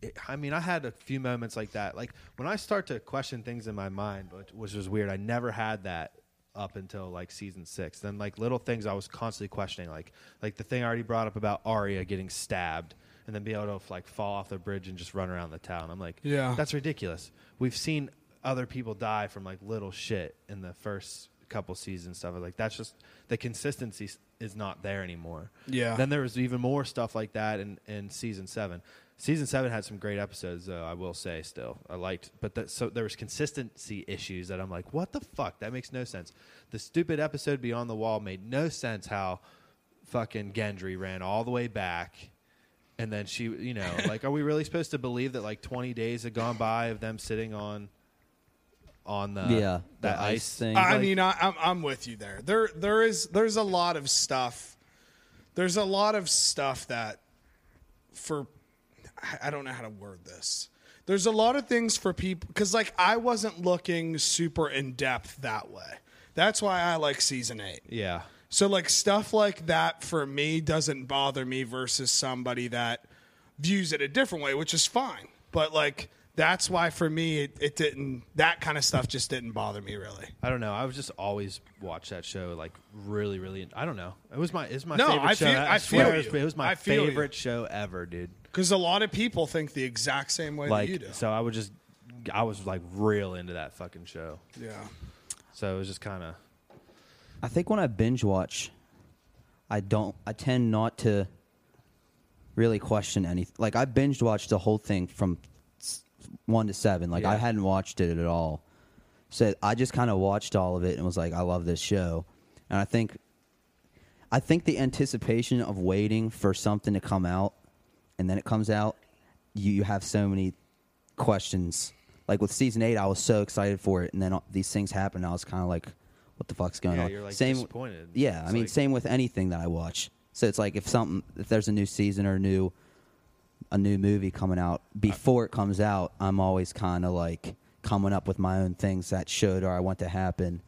S4: it- I mean, I had a few moments like that. Like when I start to question things in my mind, but which was weird. I never had that up until like season six. Then like little things I was constantly questioning, like like the thing I already brought up about Arya getting stabbed and then be able to like fall off the bridge and just run around the town. I'm like,
S5: Yeah.
S4: that's ridiculous. We've seen other people die from like little shit in the first couple seasons stuff. I was Like that's just the consistency s- is not there anymore.
S5: Yeah.
S4: Then there was even more stuff like that in, in season seven. Season seven had some great episodes, though. I will say, still, I liked, but that, so there was consistency issues that I'm like, what the fuck? That makes no sense. The stupid episode Beyond the Wall made no sense. How fucking Gendry ran all the way back, and then she, you know, like, are we really supposed to believe that like 20 days had gone by of them sitting on, on the
S3: Yeah, the
S4: Uh, that
S3: ice
S4: ice
S3: thing.
S5: I
S4: Like-
S5: mean, I, I'm I'm with you there. There there is there's a lot of stuff. There's a lot of stuff that for I- I don't know how to word this. There's a lot of things for people because like I wasn't looking super in depth that way. That's why I like season eight.
S4: Yeah,
S5: So like stuff like that for me doesn't bother me versus somebody that views it a different way, which is fine. But like that's why for me it, it didn't that kind of stuff just didn't bother me really.
S4: I don't know. I was just always watch that show like really, really. I don't know. It was my it's my
S5: No,
S4: favorite
S5: I
S4: show.
S5: feel- I
S4: swear
S5: feel
S4: it, was,
S5: you.
S4: it was my
S5: I feel you.
S4: favorite show ever, dude.
S5: Because a lot of people think the exact same way that you
S4: Like
S5: do.
S4: so, I would just I was like real into that fucking show.
S5: yeah.
S4: So it was just kind of
S3: I think when I binge watch, I don't. I tend not to really question anything. Like I binge watched the whole thing from s- one to seven. Like I
S4: Yeah.
S3: hadn't watched it at all, so I just kind of watched all of it and was like, I love this show, and I think, I think the anticipation of waiting for something to come out, and then it comes out, you, you have so many questions. Like with season eight, I was so excited for it, and then all, these things happened. I was kind of like, what the fuck's going
S4: Yeah,
S3: on?
S4: you're, like, disappointed.
S3: Yeah, I
S4: It's
S3: mean,
S4: like-
S3: same with anything that I watch. So it's like if something, if there's a new season or a new a new movie coming out before it comes out, I'm always kind of like coming up with my own things that should or I want to happen.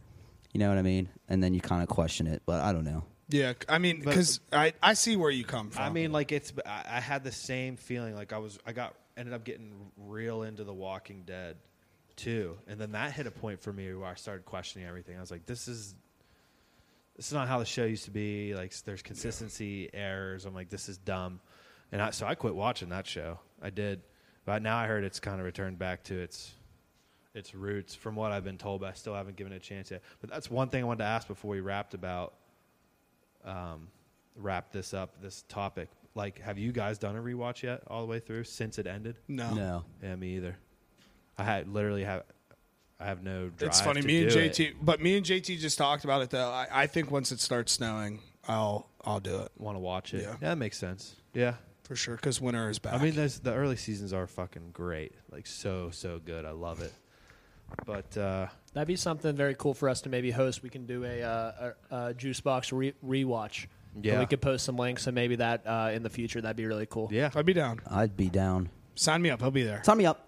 S3: You know what I mean? And then you kind of question it, but I don't know.
S5: Yeah, I mean,
S4: But-
S5: because I, I see where you come from.
S4: I mean, like it's. I, I had the same feeling. Like I was. I got ended up getting real into The Walking Dead, too, and then that hit a point for me where I started questioning everything. I was like, this is. This is not how the show used to be. Like, there's consistency errors. I'm like, this is dumb, and I, so I quit watching that show. I did, but now I heard it's kind of returned back to its its roots from what I've been told, but I still haven't given it a chance yet. But that's one thing I wanted to ask before we wrapped about um, wrap this up, this topic. Like, have you guys done a rewatch yet, all the way through since it ended?
S5: no,
S3: No.
S4: Yeah, me either. I had literally have, I have no. Drive
S5: it's funny.
S4: to
S5: Me and
S4: do it.
S5: JT, but me and JT just talked about it though. I, I think once it starts snowing, I'll I'll do it
S4: want to watch it.
S5: Yeah.
S4: Yeah. that makes sense. Yeah,
S5: for sure because winter is back.
S4: I mean, there's the early seasons are fucking great. Like so, so good. I love it. But uh,
S1: That'd be something very cool for us to maybe host. We can do a, uh, a, a juice box re- rewatch. And
S4: Yeah.
S1: we could post some links, and maybe that uh, in the future that'd be really cool.
S4: yeah,
S5: I'd be down.
S3: I'd be down.
S5: Sign me up. I'll be there.
S3: Sign me up.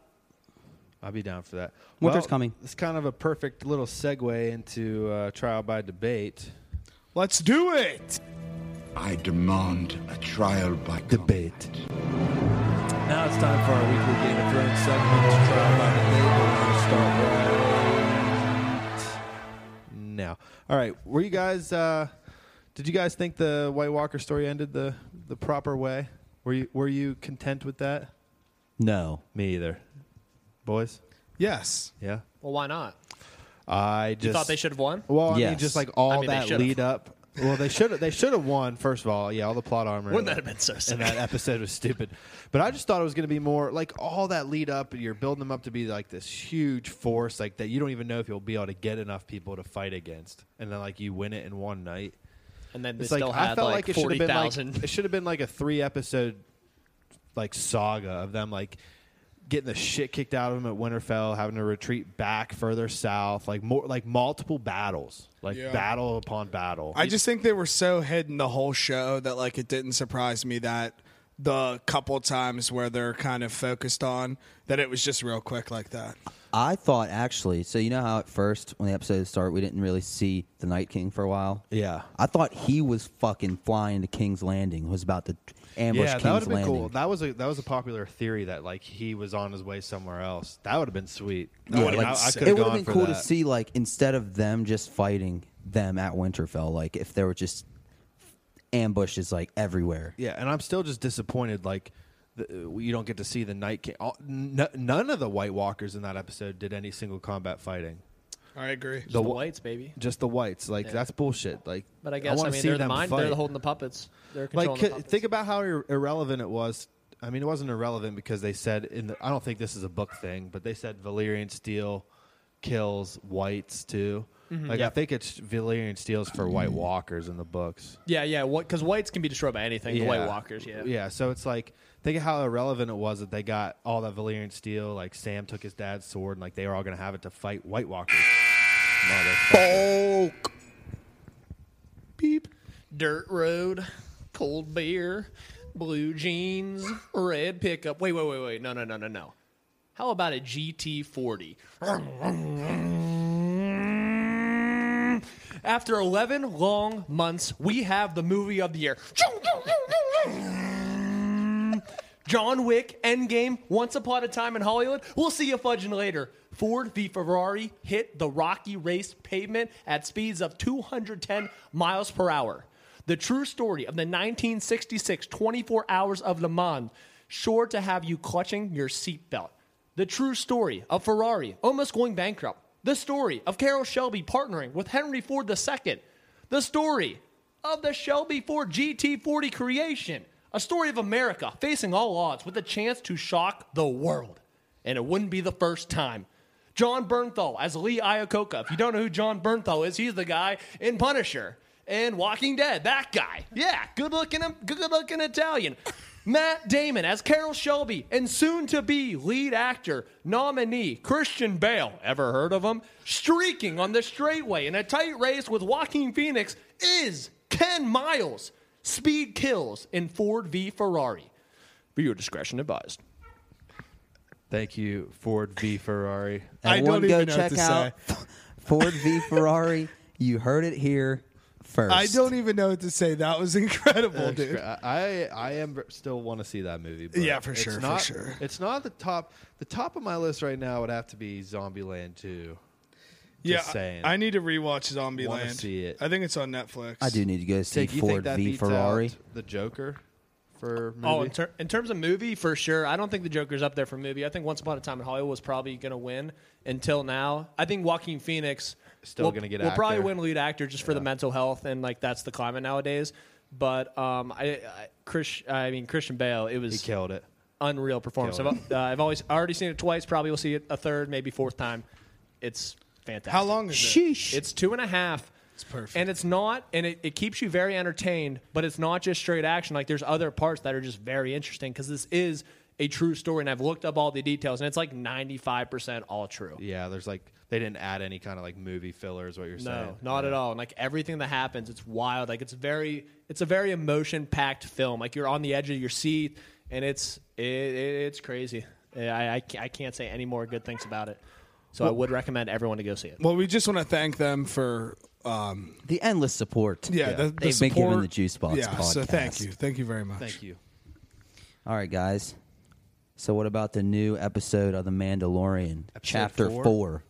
S4: I'd be down for that.
S3: Winter's coming.
S4: It's kind of a perfect little segue into uh, trial by debate.
S5: Let's do it.
S6: I demand a trial by debate.
S4: Now it's time for our weekly Game of Thrones segment to try by the date. We're going to start right now. All right, were you guys? Uh, did you guys think the White Walker story ended the the proper way? Were you were you content with that?
S3: No.
S4: Me either, boys.
S5: Yes.
S4: Yeah,
S1: Well, why not?
S4: I just
S1: You thought they should have won?
S4: Well, I mean,
S3: Yes.
S4: just like all
S1: I mean, they
S4: that
S1: should've.
S4: lead up. Well, they should have. They should have won. First of all, yeah, all the plot armor.
S1: Wouldn't that have been so
S4: and
S1: sick?
S4: that episode was stupid. But I just thought it was going to be more like all that lead up. You're building them up to be like this huge force, like that you don't even know if you'll be able to get enough people to fight against, and then like you win it in one night.
S1: And then they
S4: It's like
S1: still
S4: I
S1: had
S4: felt
S1: like,
S4: like, it should
S1: forty
S4: have been like
S1: thousand.
S4: it should have been like a three episode like saga of them like getting the shit kicked out of them at Winterfell, having to retreat back further south, like more like multiple battles, like
S5: Yeah.
S4: battle upon battle.
S5: I just think they were so hidden the whole show that like it didn't surprise me that the couple times where they're kind of focused on that it was just real quick like that.
S3: I thought actually, so you know how at first when the episode started, we didn't really see the Night King for a while.
S4: Yeah.
S3: I thought he was fucking flying to King's Landing. Was about to ambush
S4: yeah, that would
S3: King's
S4: have been
S3: Landing.
S4: cool. That was a that was a popular theory that like he was on his way somewhere else. That would have been sweet.
S5: Yeah,
S4: would've-
S5: like,
S4: could've
S3: it would
S4: gone
S3: have
S4: for
S3: been cool to
S4: that.
S3: see like instead of them just fighting them at Winterfell, like if there were just ambushes like everywhere.
S4: Yeah, and I'm still just disappointed. Like the, uh, you don't get to see the Night King. All, n- none of the White Walkers in that episode did any single combat fighting.
S5: I agree.
S1: The
S4: wa-
S1: whites, baby.
S4: Just the whites. Like that's bullshit. Like,
S1: But I guess I,
S4: wanna
S1: mean
S4: see
S1: they're the
S4: them
S1: mind.
S4: fight.
S1: They're holding the puppets. They're controlling
S4: like
S1: the
S4: c-
S1: puppets.
S4: think about how ir- irrelevant it was i mean it wasn't irrelevant because they said in the i don't think this is a book thing but they said valyrian steel kills whites too
S1: Mm-hmm.
S4: like i think it's valyrian steel's for white walkers in the books
S1: yeah, yeah. What? Because whites can be destroyed by anything. The White Walkers. Yeah.
S4: yeah so it's like think of how irrelevant it was that they got all that valyrian steel like sam took his dad's sword and like they were all gonna have it to fight white walkers Motherfucker.
S1: Dirt road, cold beer, blue jeans, red pickup. Wait, wait, wait, wait. No, no, no, no, no. How about a GT40? After 11 long months, we have the movie of the year. John Wick, Endgame, Once Upon a Time in Hollywood. We'll see you fudging later. Ford v Ferrari hit the rocky race pavement at speeds of 210 miles per hour. The true story of the 1966 24 Hours of Le Mans, sure to have you clutching your seatbelt. The true story of Ferrari almost going bankrupt. The story of Carol Shelby partnering with Henry Ford II. The story of the Shelby Ford GT40 creation. A story of America facing all odds with a chance to shock the world. and it wouldn't be the first time. John Bernthal as Lee Iacocca. If you don't know who John Bernthal is, he's the guy in Punisher and Walking Dead. That guy, yeah, good looking, good looking Italian. Matt Damon as Carol Shelby and soon to be lead actor nominee Christian Bale. Ever heard of him? Streaking on the straightway in a tight race with Joaquin Phoenix is Ken Miles. Speed kills in Ford v Ferrari. For your discretion advised.
S4: Thank you, Ford v Ferrari.
S5: I don't
S3: Everyone
S5: even
S3: go
S5: know what
S3: check
S5: to
S3: out Ford v Ferrari. You heard it here first.
S5: I don't even know what to say. That was incredible, dude.
S4: I I am still want to see that movie. But
S5: Yeah, for
S4: it's
S5: sure, for
S4: not-
S5: sure.
S4: It's not the top. The top of my list right now would have to be Zombieland 2.
S5: yeah,
S4: Just saying.
S5: I need to rewatch Zombieland.
S4: Wanna see it.
S5: I think it's on Netflix.
S3: I do need to go see
S4: Take you think
S3: Ford
S4: that
S3: v
S4: beats
S3: Ferrari.
S4: out the Joker for movie?
S1: Oh, in, ter- in terms of movie, for sure. I don't think the Joker's up there for movie. I think Once Upon a Time in Hollywood was probably going to win until now. I think Joaquin Phoenix
S4: Still
S1: will-
S4: gonna get
S1: will probably
S4: actor.
S1: win lead actor just for the mental health and like that's the climate nowadays. But um, I, I Chris, I mean Christian Bale, it
S4: he
S1: was
S4: killed it.
S1: unreal performance. I've,
S4: Killed
S1: uh, I've always I already seen it twice. Probably will see it a third, maybe fourth time. It's fantastic.
S5: How long is it?
S3: Sheesh.
S1: It's two and a half. It's
S5: perfect.
S1: And it's not, and it, it keeps you very entertained, but it's not just straight action. Like, there's other parts that are just very interesting because this is a true story, and I've looked up all the details, and it's like 95% all true.
S4: Yeah, there's like they didn't add any kind of like movie fillers. What you're saying?
S1: No, not at all. And like everything that happens, it's wild. Like it's very, it's a very emotion packed film. Like you're on the edge of your seat, and it's it, it, it's crazy. Yeah, I, I ca- I can't say any more good things about it. So I would recommend everyone to go see it.
S5: Well, we just want to thank them for um,
S3: the endless support.
S5: yeah, The, the
S3: they've
S5: support.
S3: been giving the juice box
S5: Yeah,
S3: podcast.
S5: so thank you, thank you very much.
S4: Thank you.
S3: All right, guys. So, what about the new episode of The Mandalorian, Chapter
S4: four?
S3: Four?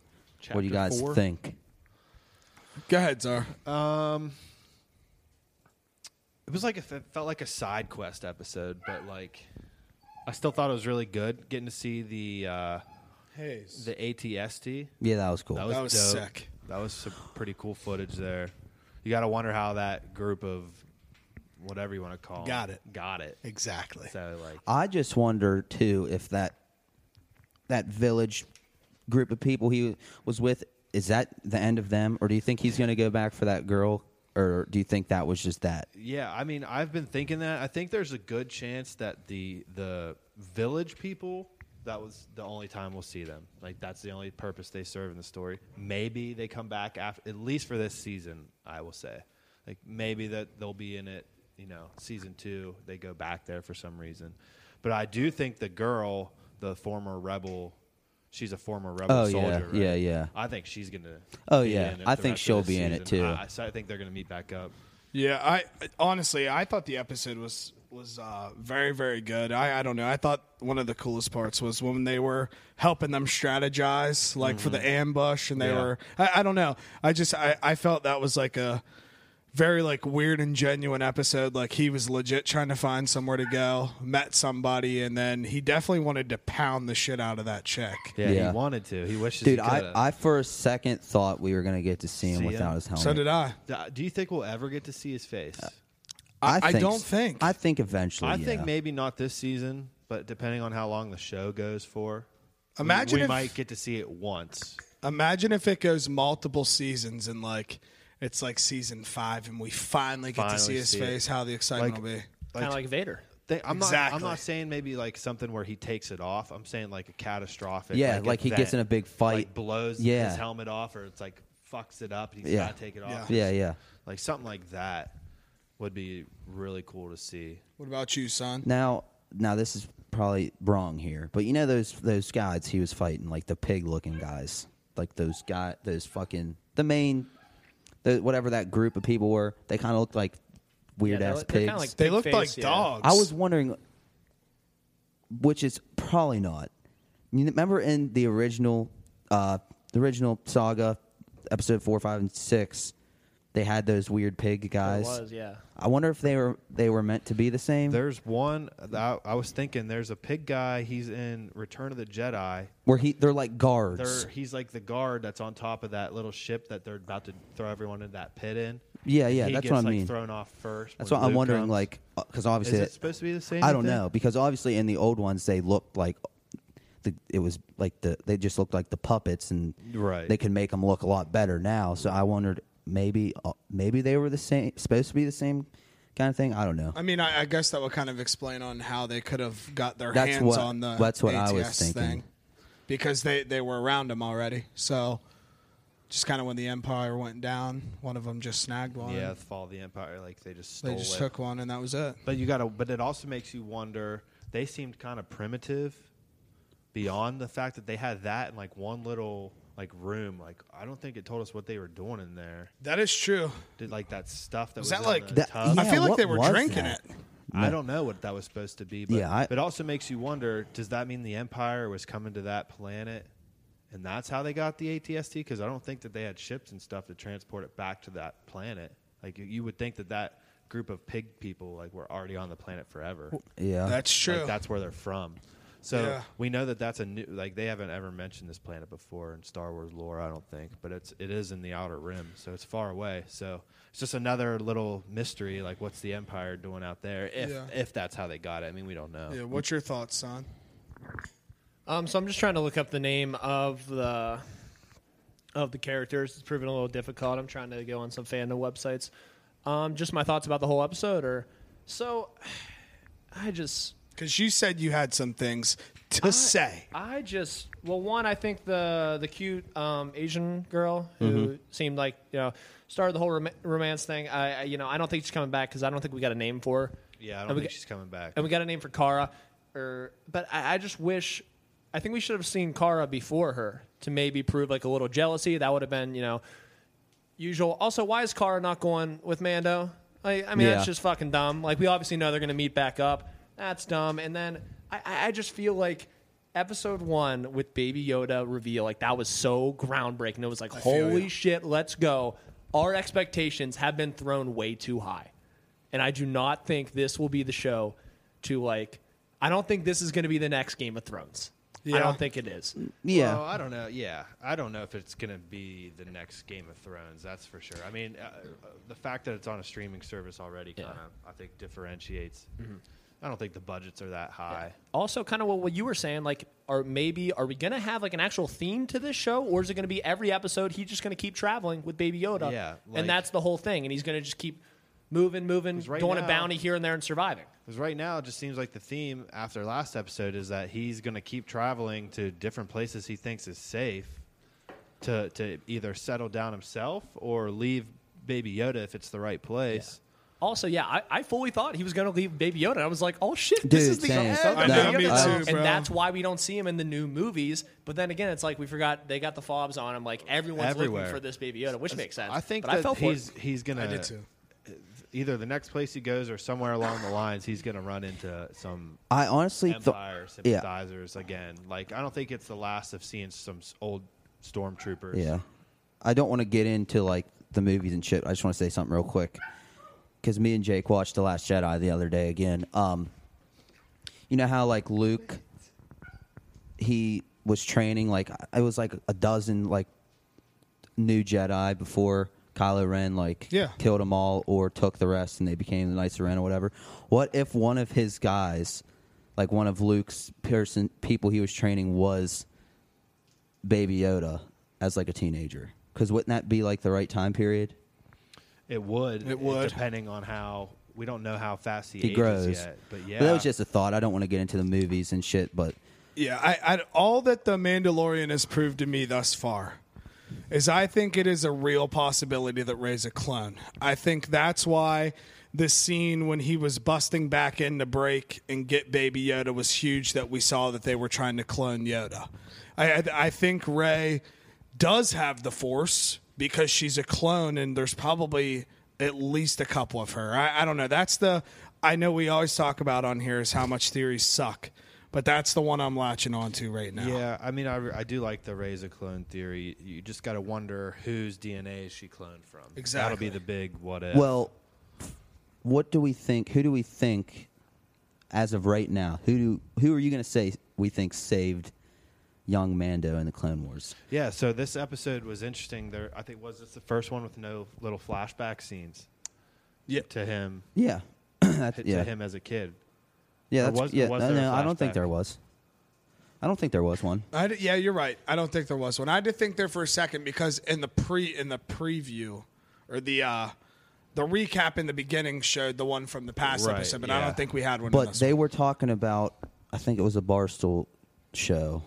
S3: what do you guys
S4: four?
S3: think?
S5: Go ahead, Czar.
S4: It was like a, it felt like a side quest episode, but like I still thought it was really good. Getting to see the uh,
S5: Hayes.
S4: the ATST.
S3: Yeah, that was cool.
S4: That was,
S5: That was
S4: dope.
S5: sick.
S4: That was some pretty cool footage there. You got to wonder how that group of whatever you want to call 'em
S5: Got it.
S4: got it.
S5: Exactly.
S4: So like,
S3: I just wonder too if that that village group of people he was with is that the end of them, or do you think he's going to go back for that girl, or do you think that was just that?
S4: yeah, I mean, I've been thinking that. I think there's a good chance that the the village people that was the only time we'll see them. Like that's the only purpose they serve in the story. Maybe they come back after at least for this season, I will say. Like maybe that they'll be in it, you know, season 2, they go back there for some reason. But I do think the girl, the former rebel She's a former rebel
S3: Oh, yeah,
S4: soldier. right?
S3: yeah, yeah.
S4: I think she's gonna.
S3: Oh,
S4: be
S3: yeah.
S4: in it
S3: I
S4: the
S3: think
S4: rest of
S3: she'll
S4: this
S3: be in it,
S4: season.
S3: too.
S4: I, so I think they're gonna meet back up.
S5: Yeah, I honestly I thought the episode was was uh, very very good. I I don't know. I thought one of the coolest parts was when they were helping them strategize, like for the ambush, and they
S4: Mm-hmm. Yeah.
S5: were. I, I don't know. I just I I felt that was like a very like weird and genuine episode. Like he was legit trying to find somewhere to go, met somebody, and then he definitely wanted to pound the shit out of that chick.
S4: Yeah,
S3: Yeah.
S4: he wanted to. He wishes.
S3: Dude,
S4: he
S3: I,
S4: coulda.
S3: I for a second thought we were going to get to see him
S4: See
S3: without
S4: him?
S3: his helmet.
S5: So did I.
S4: D- Do you think we'll ever get to see his face?
S5: I, I
S3: think
S5: don't
S3: s-
S5: think.
S3: I think eventually.
S4: I
S3: Uh, yeah.
S4: think maybe not this season, but depending on how long the show goes for, we-
S5: Imagine
S4: we,
S5: if-
S4: might get to see it once.
S5: Imagine if it goes multiple seasons and like it's like season five and we finally get to
S4: Finally
S5: see his
S4: see it.
S5: face. How the excitement
S4: Like-
S5: will be.
S1: Kind of like Vader.
S4: They- I'm not.
S5: Exactly.
S4: I'm not saying maybe like something where he takes it off. I'm saying like a catastrophic.
S3: Yeah, like he gets
S4: event.
S3: in a big fight.
S4: like blows
S3: Yeah.
S4: his helmet off, or it's like fucks it up, and he's
S3: Yeah.
S4: got to take it off.
S5: Yeah.
S3: Yeah, yeah.
S4: like something like that would be really cool to see.
S5: What about you, son?
S3: Now, now this is probably wrong here, but you know those those guys he was fighting, like the pig looking guys, like those guy, those fucking the main, the, whatever that group of people were. They kind of looked like weird
S1: they're
S3: ass
S1: li- they're kinda
S3: pigs.
S1: like
S5: They
S1: Big
S5: looked
S1: face,
S5: like
S1: yeah.
S5: dogs.
S3: I was wondering, which is probably not. You remember in the original, uh, the original saga, episode four, five, and six, they had those weird pig guys.
S1: was, yeah.
S3: I wonder if they were they were meant to be the same.
S4: There's one I, I was thinking. There's a pig guy. He's in Return of the Jedi.
S3: where he they're like guards.
S4: They're, he's like the guard that's on top of that little ship that they're about to throw everyone in that pit in.
S3: Yeah,
S4: And
S3: yeah,
S4: He
S3: that's
S4: gets
S3: what I
S4: like
S3: mean.
S4: thrown off first.
S3: That's
S4: when
S3: what I'm
S4: Luke
S3: wondering,
S4: comes.
S3: like, because obviously
S4: Is it
S3: that-
S4: supposed to be the same,
S3: I
S4: you
S3: don't
S4: think?
S3: know because obviously in the old ones they looked like the, it was like the they just looked like the puppets, and
S4: Right.
S3: they can make them look a lot better now. So I wondered maybe uh, maybe they were the same, supposed to be the same kind of thing. I don't know.
S5: I mean, I, I guess that would kind of explain on how they could have got their
S3: That's
S5: hands
S3: what-
S5: on the
S3: that's what
S5: ATS
S3: I was thinking.
S5: thing because they they were around them already. So just kind of when the empire went down, one of them just snagged one.
S4: Yeah, the fall of the empire. Like they just stole
S5: they just
S4: it.
S5: took one, and that was it.
S4: But you gotta. But it also makes you wonder. They seemed kind of primitive, beyond the fact that they had that in like one little like room. Like I don't think it told us what they were doing in there.
S5: That is true.
S4: Did like that stuff that was,
S5: Was that
S4: in
S5: like-
S4: the
S5: That-
S4: tub?
S5: I feel like
S3: what
S5: they were
S3: was
S5: drinking
S3: that?
S5: it.
S4: I don't know what that was supposed to be. But,
S3: Yeah, I-
S4: but it also makes you wonder: Does that mean the empire was coming to that planet, and that's how they got the ATST? Because I don't think that they had ships and stuff to transport it back to that planet. Like you, you would think that that group of pig people like were already on the planet forever.
S3: Yeah,
S5: That's true.
S4: Like that's where they're from. So
S5: Yeah.
S4: we know that that's a new like they haven't ever mentioned this planet before in Star Wars lore, I don't think, but it's it is in the outer rim, so it's far away. So it's just another little mystery like what's the empire doing out there if
S5: Yeah.
S4: if that's how they got it. I mean, we don't know.
S5: yeah. What's your thoughts, son?
S1: Um, so I'm just trying to look up the name of the of the characters. It's proven a little difficult. I'm trying to go on some fandom websites. Um, just my thoughts about the whole episode, or so. I just,
S5: Because you said you had some things to say.
S1: I just. Well, one, I think the the cute um, Asian girl who seemed like you know started the whole rom- romance thing. I, I you know I don't think she's coming back because I don't think we got a name for her.
S4: Yeah, I
S1: And
S4: don't
S1: we
S4: think
S1: got-
S4: she's coming back.
S1: and we got a name for Kara. Or, but I, I just wish, I think we should have seen Kara before her to maybe prove like a little jealousy. That would have been, you know, usual. Also, why is Kara not going with Mando? Like, I mean,
S3: Yeah.
S1: that's just fucking dumb. Like, we obviously know they're going to meet back up. That's dumb. And then I- I, I just feel like episode one with Baby Yoda reveal, like, that was so groundbreaking. It was like,
S5: feel
S1: holy
S5: ya.
S1: shit, let's go. Our expectations have been thrown way too high. And I do not think this will be the show to, like, I don't think this is going to be the next Game of Thrones. I
S5: Yeah.
S1: don't think it is.
S3: yeah.
S4: Oh, I don't know. Yeah, I don't know if it's going to be the next Game of Thrones. That's for sure. I mean, uh, uh, the fact that it's on a streaming service already kind of, I think, differentiates.
S1: Mm-hmm.
S4: I don't think the budgets are that high.
S1: also kind of what, what you were saying like are maybe are we gonna have like an actual theme to this show or is it gonna be every episode he's just gonna keep traveling with baby yoda
S4: Yeah, like-
S1: and that's the whole thing and he's gonna just keep moving moving
S4: 'Cause right
S1: going a
S4: now-
S1: bounty here and there and surviving
S4: Because right now, it just seems like the theme after last episode is that he's going to keep traveling to different places he thinks is safe to to either settle down himself or leave Baby Yoda if it's the right place.
S1: also yeah i, I fully thought he was gonna leave baby yoda i was like oh shit
S3: Dude,
S1: this is the
S3: same.
S1: end
S5: I
S1: of
S5: know,
S1: baby
S5: me
S1: yoda.
S5: too, bro.
S1: and that's why we don't see him in the new movies but then again it's like we forgot they got the fobs on him like everyone's
S4: Everywhere.
S1: looking for this baby yoda which makes sense
S4: I think
S1: but
S4: that
S1: i felt for it.
S4: he's he's going to
S5: I did too.
S4: either the next place he goes or somewhere along the lines he's going to run into some
S3: I honestly thought.
S4: empire
S3: Yeah,
S4: sympathizers again. Like I don't think it's the last of seeing some s- old stormtroopers.
S3: yeah. I don't want to get into like the movies and shit. I just want to say something real quick because me and Jake watched The Last Jedi the other day again. Um, you know how like Luke, he was training like it was like a dozen like new Jedi before Kylo Ren like
S5: Yeah.
S3: killed them all or took the rest and they became the Knights of Ren or whatever. What if one of his guys, like one of Luke's person people he was training was Baby Yoda as like a teenager? Because wouldn't that be like the right time period?
S4: It would.
S5: It would.
S4: depending on how we don't know how fast he,
S3: He
S4: ages
S3: grows.
S4: yet. But yeah,
S3: that was just a thought. I don't want to get into the movies and shit, but
S5: Yeah, I, I all that the Mandalorian has proved to me thus far is I think it is a real possibility that Ray's a clone. I think that's why the scene when he was busting back in to break and get Baby Yoda was huge. That we saw that they were trying to clone Yoda. I I, I think Ray does have the Force because she's a clone, and there's probably at least a couple of her. I, I don't know. That's the I know we always talk about on here is how much theories suck, but that's the one I'm latching onto right now.
S4: yeah. I mean, I, I do like the raise a clone theory. You just got to wonder whose DNA is she cloned from. that'll
S5: Exactly.
S4: be the big what if.
S3: Well, what do we think? Who do we think, as of right now, who do who are you going to say we think saved young Mando in the Clone Wars?
S4: yeah. So this episode was interesting. There, I think was this the first one with no little flashback scenes.
S5: Yeah.
S4: To him,
S3: Yeah,
S4: to
S3: yeah,
S4: him as a kid.
S3: yeah.
S4: Or
S3: That's,
S4: was-
S3: yeah
S4: was
S3: no,
S4: there a
S3: no, I don't think
S4: flashback?
S3: there was. I don't think there was one.
S5: I d yeah, you're right. I don't think there was one. I did think there for a second because in the pre in the preview or the uh the recap in the beginning showed the one from the past
S4: Right,
S5: episode, but I
S4: yeah.
S5: don't think we had one. in
S3: But
S5: this
S3: they
S5: one.
S3: were talking about, I think it was a Barstool show.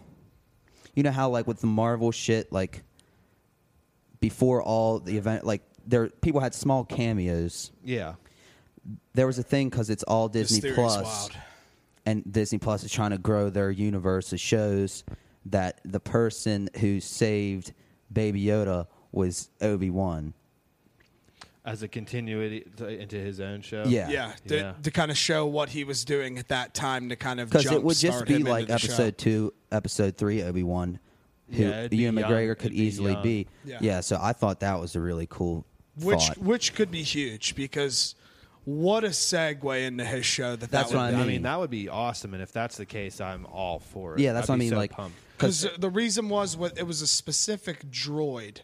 S3: You know how, like, with the Marvel shit, like, before all the event, like, there people had small cameos.
S4: Yeah.
S3: There was a thing because it's all Disney
S5: theory's
S3: Plus,
S5: wild.
S4: As a continuity to, into his own show.
S3: Yeah.
S5: yeah, to,
S4: Yeah.
S5: to kind of show what he was doing at that time to kind of
S3: because it would just
S5: jumpstart
S3: be
S5: him into
S3: like
S5: the show.
S3: episode two, episode three, Obi Wan, who
S4: Yeah, it'd be
S3: Ewan
S4: young.
S3: McGregor could
S4: It'd be
S3: easily
S4: young.
S3: be.
S5: Yeah.
S3: Yeah. so I thought that was a really cool
S5: which
S3: thought.
S5: which could be huge because what a segue into his show that
S3: That's
S5: that would
S3: what I
S5: be.
S4: I
S3: mean-
S4: mean, that would be awesome, and if that's the case, I'm all for it.
S3: Yeah, that's
S4: I'd
S3: what I
S4: be
S3: mean.
S4: so
S3: like,
S4: pumped.
S5: Because the reason was what it was a specific droid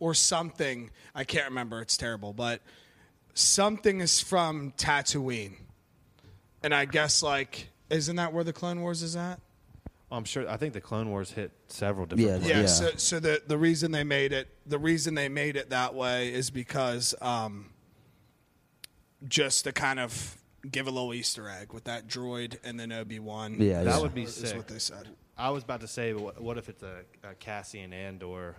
S5: or something. I can't remember. It's terrible, but something is from Tatooine, and I guess like isn't that where the Clone Wars is at?
S4: I'm sure. I think the Clone Wars hit several different.
S3: Yeah,
S4: places.
S5: Yeah.
S3: Yeah.
S5: So, so the the reason they made it the reason they made it that way is because um, just to kind of give a little Easter egg with that droid and then Obi Wan.
S3: Yeah,
S4: That
S3: yeah.
S4: would be
S5: is
S4: sick.
S5: what they said.
S4: I was about to say, but what, what if it's a, a Cassian Andor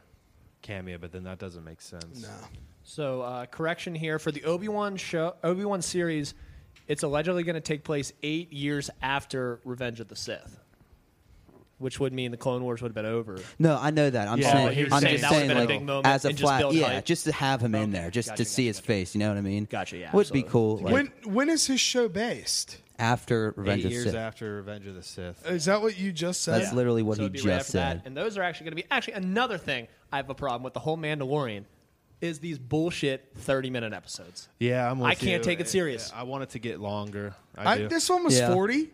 S4: cameo? But then that doesn't make sense.
S5: No.
S1: So uh, correction here for the Obi Wan show, Obi Wan series, it's allegedly going to take place eight years after Revenge of the Sith, which would mean the Clone Wars would have been over.
S3: no, I know that. I'm
S1: Yeah,
S3: saying,
S1: you're
S3: I'm
S1: saying
S3: just
S1: that would've
S3: saying,
S1: been a
S3: like,
S1: big moment
S3: as a
S1: and just
S3: flat,
S1: build
S3: yeah,
S1: hype.
S3: just to have him in there, just
S1: Gotcha,
S3: to see
S1: gotcha,
S3: his
S1: gotcha.
S3: face. You know what I mean?
S1: Gotcha, yeah,
S3: would be
S1: absolutely.
S3: cool. Like,
S5: When when is his show based?
S3: after
S4: Eight
S3: Revenge of the
S4: years
S3: Sith,
S4: after Revenge of the Sith.
S5: Is that what you just said?
S3: that's literally what
S1: so
S3: he
S1: it'd be right
S3: just
S1: after that.
S3: said.
S1: And those are actually going to be actually another thing I have a problem with the whole Mandalorian is these bullshit thirty minute episodes.
S4: yeah, I'm. With
S1: I can't
S4: you.
S1: take it serious.
S4: I want it to get longer. I,
S5: I,
S4: do.
S5: this one was
S3: Yeah.
S5: forty.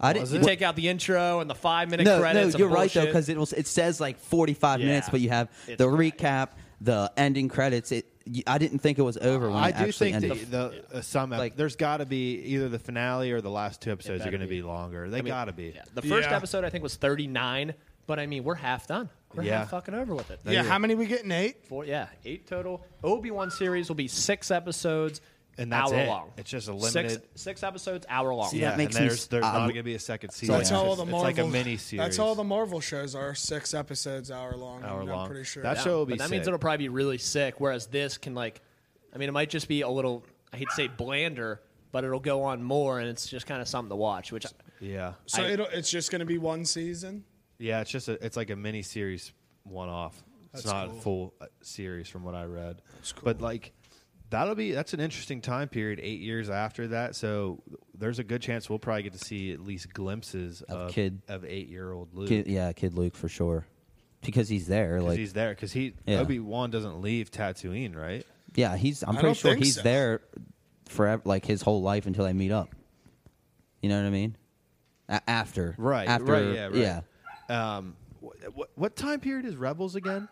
S3: I
S1: You
S3: didn't
S1: take out the intro and the five minute
S3: no,
S1: credits.
S3: No,
S1: and
S3: you're right though,
S1: bullshit.
S3: because it will, it says like 45
S1: Yeah.
S3: minutes, but you have
S1: It's
S3: the
S1: right.
S3: recap, the ending credits. It, y- I didn't think it was over when
S4: I
S3: it
S4: do
S3: actually
S4: think the,
S3: ended.
S4: the uh, some ep-
S3: Like-
S4: there's got to be either the finale or the last two episodes are
S1: better
S4: going to
S1: be.
S4: be longer. They
S1: I mean,
S4: got to be.
S1: yeah. the first
S5: Yeah.
S1: episode I think was thirty nine, but I mean we're half done. We're
S4: Yeah.
S1: half fucking over with it.
S5: Yeah, how many we getting? Eight.
S1: Four, yeah, eight total. Obi Wan series will be six episodes,
S4: And that's
S1: hour
S4: it.
S1: long.
S4: It's just a
S1: Six,
S4: limited-
S1: six episodes, hour long.
S3: See, that makes me
S4: and there's,
S3: s-
S4: there's
S3: I
S4: not
S3: w-
S4: going to be a second season.
S5: That's how all the
S4: It's
S5: Marvel.
S4: like a mini series.
S5: That's all the Marvel shows are. Six episodes, hour long.
S4: Hour
S5: I'm,
S4: long.
S5: pretty sure.
S4: That's-
S1: Yeah,
S4: show will be
S1: but that means
S4: sick.
S1: it'll probably be really sick. Whereas this can like, I mean, it might just be a little. I hate to say blander, but it'll go on more, and it's just kind of something to watch. Which
S4: yeah,
S5: so
S1: I-
S5: it'll, it's just going to be one season.
S4: yeah. It's just a, it's like a mini series one off. It's
S5: That's
S4: not
S5: cool.
S4: a full uh, series from what I read. But like that'll be that's an interesting time period. Eight years after that, so there's a good chance we'll probably get to see at least glimpses of,
S3: kid-
S4: of eight year old Luke.
S3: Kid, yeah, Kid Luke for sure, because he's there.
S4: 'Cause
S3: Like,
S4: he's there because he
S3: Yeah.
S4: Obi Wan doesn't leave Tatooine, right?
S3: yeah, he's. I'm
S5: I
S3: pretty
S5: don't
S3: sure
S5: think
S3: he's
S5: so.
S3: there forever, like his whole life until they meet up. You know what I mean? A- after,
S4: Right,
S3: After,
S4: right, yeah, right.
S3: yeah.
S4: Um, wh- what, what time period is Rebels again?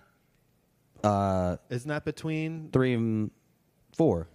S4: Uh, isn't that between
S3: Three and four.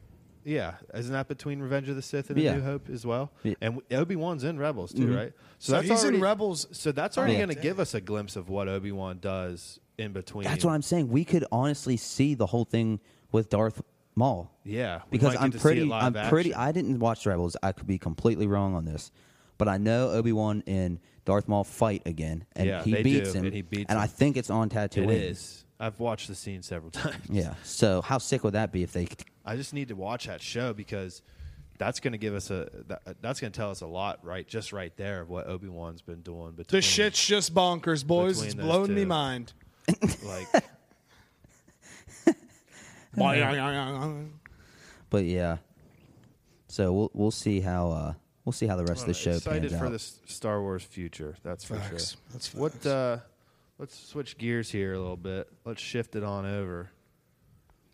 S4: yeah? Isn't that between Revenge of the Sith and
S3: Yeah.
S4: A New Hope as well?
S3: Yeah. Mm-hmm.
S4: And Obi Wan's in Rebels too, right?
S5: So he's in Rebels-
S4: So that's already
S3: Yeah.
S4: going to give us a glimpse of what Obi Wan does in between.
S3: That's what I'm saying. We could honestly see the whole thing with Darth Maul.
S4: Yeah, we might
S3: because
S4: get
S3: I'm
S4: to see it
S3: pretty.
S4: live
S3: I'm pretty.
S4: action.
S3: I didn't watch Rebels. I could be completely wrong on this, but I know Obi Wan and Darth Maul fight again, and
S4: Yeah,
S3: he
S4: they
S3: beats
S4: do,
S3: him.
S4: and he beats
S3: I
S4: him.
S3: think it's on Tatooine.
S4: It is. I've watched the scene several times.
S3: Yeah. So how sick would that be if they?
S4: I just need to watch that show because that's going to give us a that, that's going to tell us a lot right just right there of what Obi Wan's been doing. Between
S5: The shit's just bonkers, boys.
S4: Between
S5: It's
S4: those
S5: blown me
S4: two.
S5: mind.
S4: like
S3: But yeah. So we'll we'll see how uh we'll see how the rest of the show
S4: excited
S3: pans
S4: for
S3: out.
S4: this Star Wars future. That's for
S5: Facts.
S4: sure.
S5: That's
S4: What?
S5: facts.
S4: Uh, let's switch gears here a little bit. Let's shift it on over.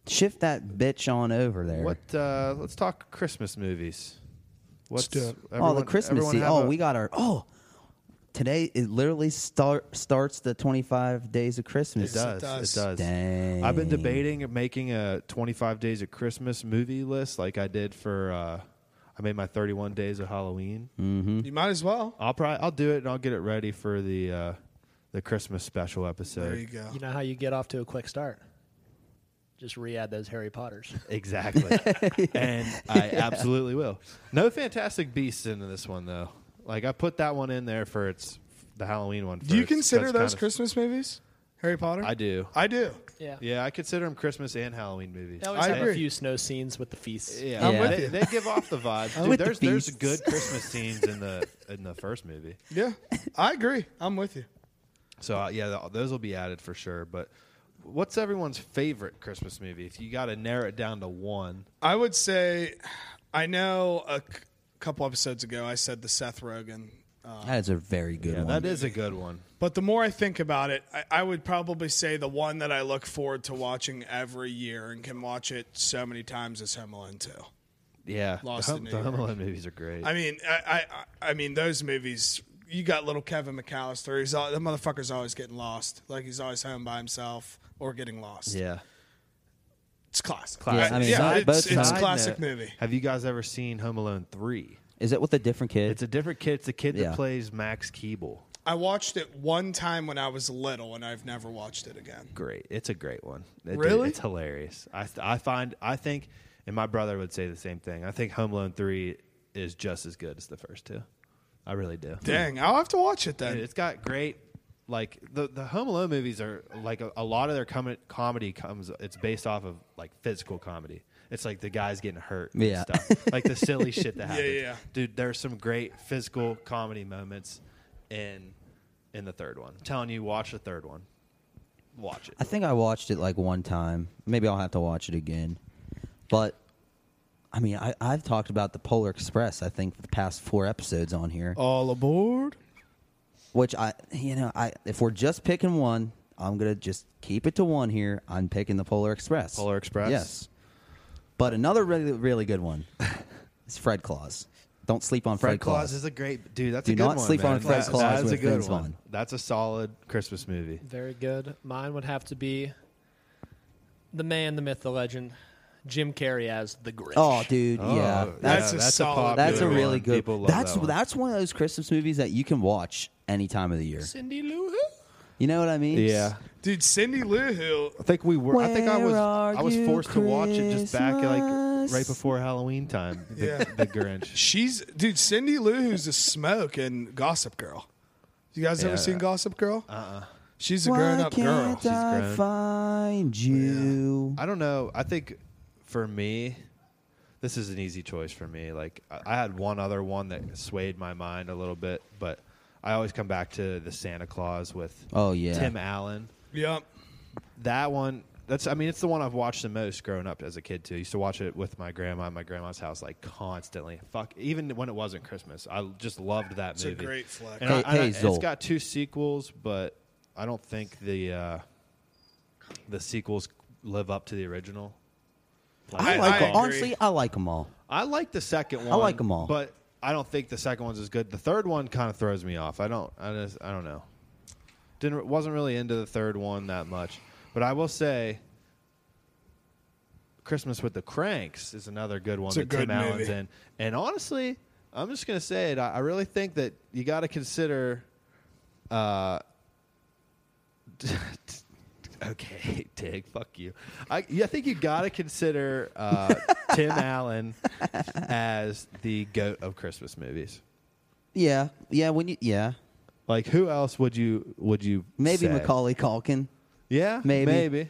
S3: Shift that bitch on over there.
S4: What? Uh, let's talk Christmas movies. What's
S5: do it.
S3: Oh, the
S4: everyone-
S3: Christmas
S4: everyone
S3: season.
S4: have
S3: Oh,
S4: a-
S3: we got our oh. Today it literally start starts the 25 days of Christmas.
S4: It does. It
S5: does.
S4: does.
S3: Dang.
S4: I've been debating making a 25 days of Christmas movie list, like I did for. Uh, I made my 31 days of Halloween.
S3: Mm.
S5: Mm-hmm. You might as well.
S4: I'll probably I'll do it and I'll get it ready for the uh, the Christmas special episode.
S5: There you go.
S1: You know how you get off to a quick start? Just re-add those Harry Potters.
S4: Exactly. and I absolutely will. No Fantastic Beasts into this one though. Like I put that one in there for its the Halloween one.
S5: Do you
S4: first, 'cause
S5: consider
S4: kinda-
S5: those Christmas movies? Harry Potter?
S4: I do.
S5: I do.
S1: Yeah.
S4: Yeah, I consider them Christmas and Halloween movies.
S1: They always
S5: I
S1: have
S5: agree.
S1: a few snow scenes with the feasts.
S4: Yeah,
S3: I'm with
S4: they,
S3: you.
S4: they give off the vibe. Dude,
S3: with the
S4: there's there's
S3: beasts.
S4: good Christmas scenes in the in the first movie.
S5: Yeah. I agree. I'm with you.
S4: So uh, yeah, th- those will be added for sure. But what's everyone's favorite Christmas movie? If you got to narrow it down to one,
S5: I would say, I know a c- couple episodes ago I said the Seth Rogen, uh,
S3: That is a very good
S4: yeah,
S3: one.
S4: that is a good one.
S5: but the more I think about it, I, I would probably say the one that I look forward to watching every year and can watch it so many times is Home Alone 2.
S4: Yeah,
S5: Lost
S4: the, Home-
S5: in New
S4: the Home
S5: York.
S4: Alone movies are great.
S5: I mean, I, I- I, I mean those movies. You got little Kevin McAllister. He's all, the motherfucker's always getting lost. Like he's always home by himself or getting lost.
S4: yeah,
S5: it's classic.
S3: Yeah, I mean,
S5: yeah,
S3: side-
S5: it's,
S3: both
S5: it's a
S3: sides.
S5: classic movie.
S4: Have you guys ever seen Home Alone three?
S3: Is it with a different kid?
S4: It's a different kid. It's the kid
S3: Yeah.
S4: that plays Max Keeble.
S5: I watched it one time when I was little, and I've never watched it again.
S4: Great, it's a great one. It- dude,
S5: Really?
S4: it's hilarious. I I find I think, and my brother would say the same thing. I think Home Alone three is just as good as the first two. I really do.
S5: Dang, I'll have to watch it then.
S4: Dude, it's got great. Like the the Home Alone movies are like a, a lot of their com- comedy comes. It's based off of like physical comedy. It's like the guys getting hurt. and
S3: Yeah.
S4: stuff. like the silly shit that happens.
S5: yeah, yeah.
S4: Dude, there's some great physical comedy moments in in the third one. I'm telling you, watch the third one. Watch
S3: I
S4: it.
S3: think I watched it like one time. Maybe I'll have to watch it again. But I mean, I, I've talked about the Polar Express. I think for the past four episodes on here,
S5: All aboard!
S3: which I, you know, I if we're just picking one, I'm gonna just keep it to one here. I'm picking the Polar Express.
S4: Polar Express?
S3: Yes. But another really really good one is Fred Claus. Don't sleep on Fred,
S4: Fred Claus is a great dude. That's
S3: Do
S4: a good
S3: not
S4: one,
S3: sleep on
S4: man.
S3: Fred
S4: That-
S3: Claus
S4: That's a
S3: with
S4: good
S3: Vince
S4: one.
S3: Vaughn.
S4: That's a solid Christmas movie.
S1: Very good. Mine would have to be the man, the myth, the legend, Jim Carrey as the Grinch.
S3: Oh, dude, yeah,
S4: Oh,
S3: that's
S5: yeah,
S3: a,
S5: that's solid-
S4: popular
S3: that's a
S4: one.
S3: really good.
S4: People love
S3: That's
S4: that one.
S3: that's one of those Christmas movies that you can watch any time of the year.
S1: Cindy Lou Who.
S3: You know what I mean?
S4: yeah.
S5: Dude, Cindy Lou Who.
S4: I think we were. I think I
S3: Where
S4: was.
S3: are
S4: I was
S3: you,
S4: forced to watch it just back like
S3: Christmas?
S4: right before Halloween time. The,
S5: Yeah.
S4: the Grinch.
S5: She's dude. Cindy Lou Who's a smoke and Gossip Girl. You guys
S4: Yeah.
S5: ever seen Gossip Girl? Uh. uh She's a
S3: Why
S5: grown-up girl.
S3: can't
S4: She's
S3: I
S4: grown.
S3: find you?
S4: I don't know. I think for me, this is an easy choice for me. Like I, I had one other one that swayed my mind a little bit, but I always come back to the Santa Claus with
S3: Oh, yeah.
S4: Tim Allen.
S5: Yep.
S4: That one. That's. I mean, it's the one I've watched the most growing up as a kid too. I used to watch it with my grandma at my grandma's house like constantly. Fuck, even when it wasn't Christmas, I just loved that
S5: It's a
S4: movie.
S5: great flick.
S4: And I-
S3: Hey-
S4: and I-
S3: hey,
S4: it's
S3: Zolt.
S4: got two sequels, but I don't think the uh, the sequels live up to the original.
S3: I, like
S5: I- I
S3: them.
S5: agree.
S3: honestly, I like them all.
S4: I like the second one.
S3: like 'em all.
S4: but I don't think the second one's as good. The third one kind of throws me off. I don't. I just. I don't know. Didn't wasn't really into the third one that much, but I will say, Christmas with the Cranks is another good one
S5: It's a
S4: that Tim
S5: good
S4: Allen's
S5: movie.
S4: in. And honestly, I'm just gonna say it. I, I really think that you got to consider. Uh, okay, Dig, fuck you. I, yeah, I think you got to consider uh, Tim Allen as the goat of Christmas movies.
S3: Yeah, yeah. When you yeah,
S4: Like, who else would you would you
S3: maybe
S4: say?
S3: Macaulay Culkin.
S4: Yeah,
S3: Maybe.
S4: maybe.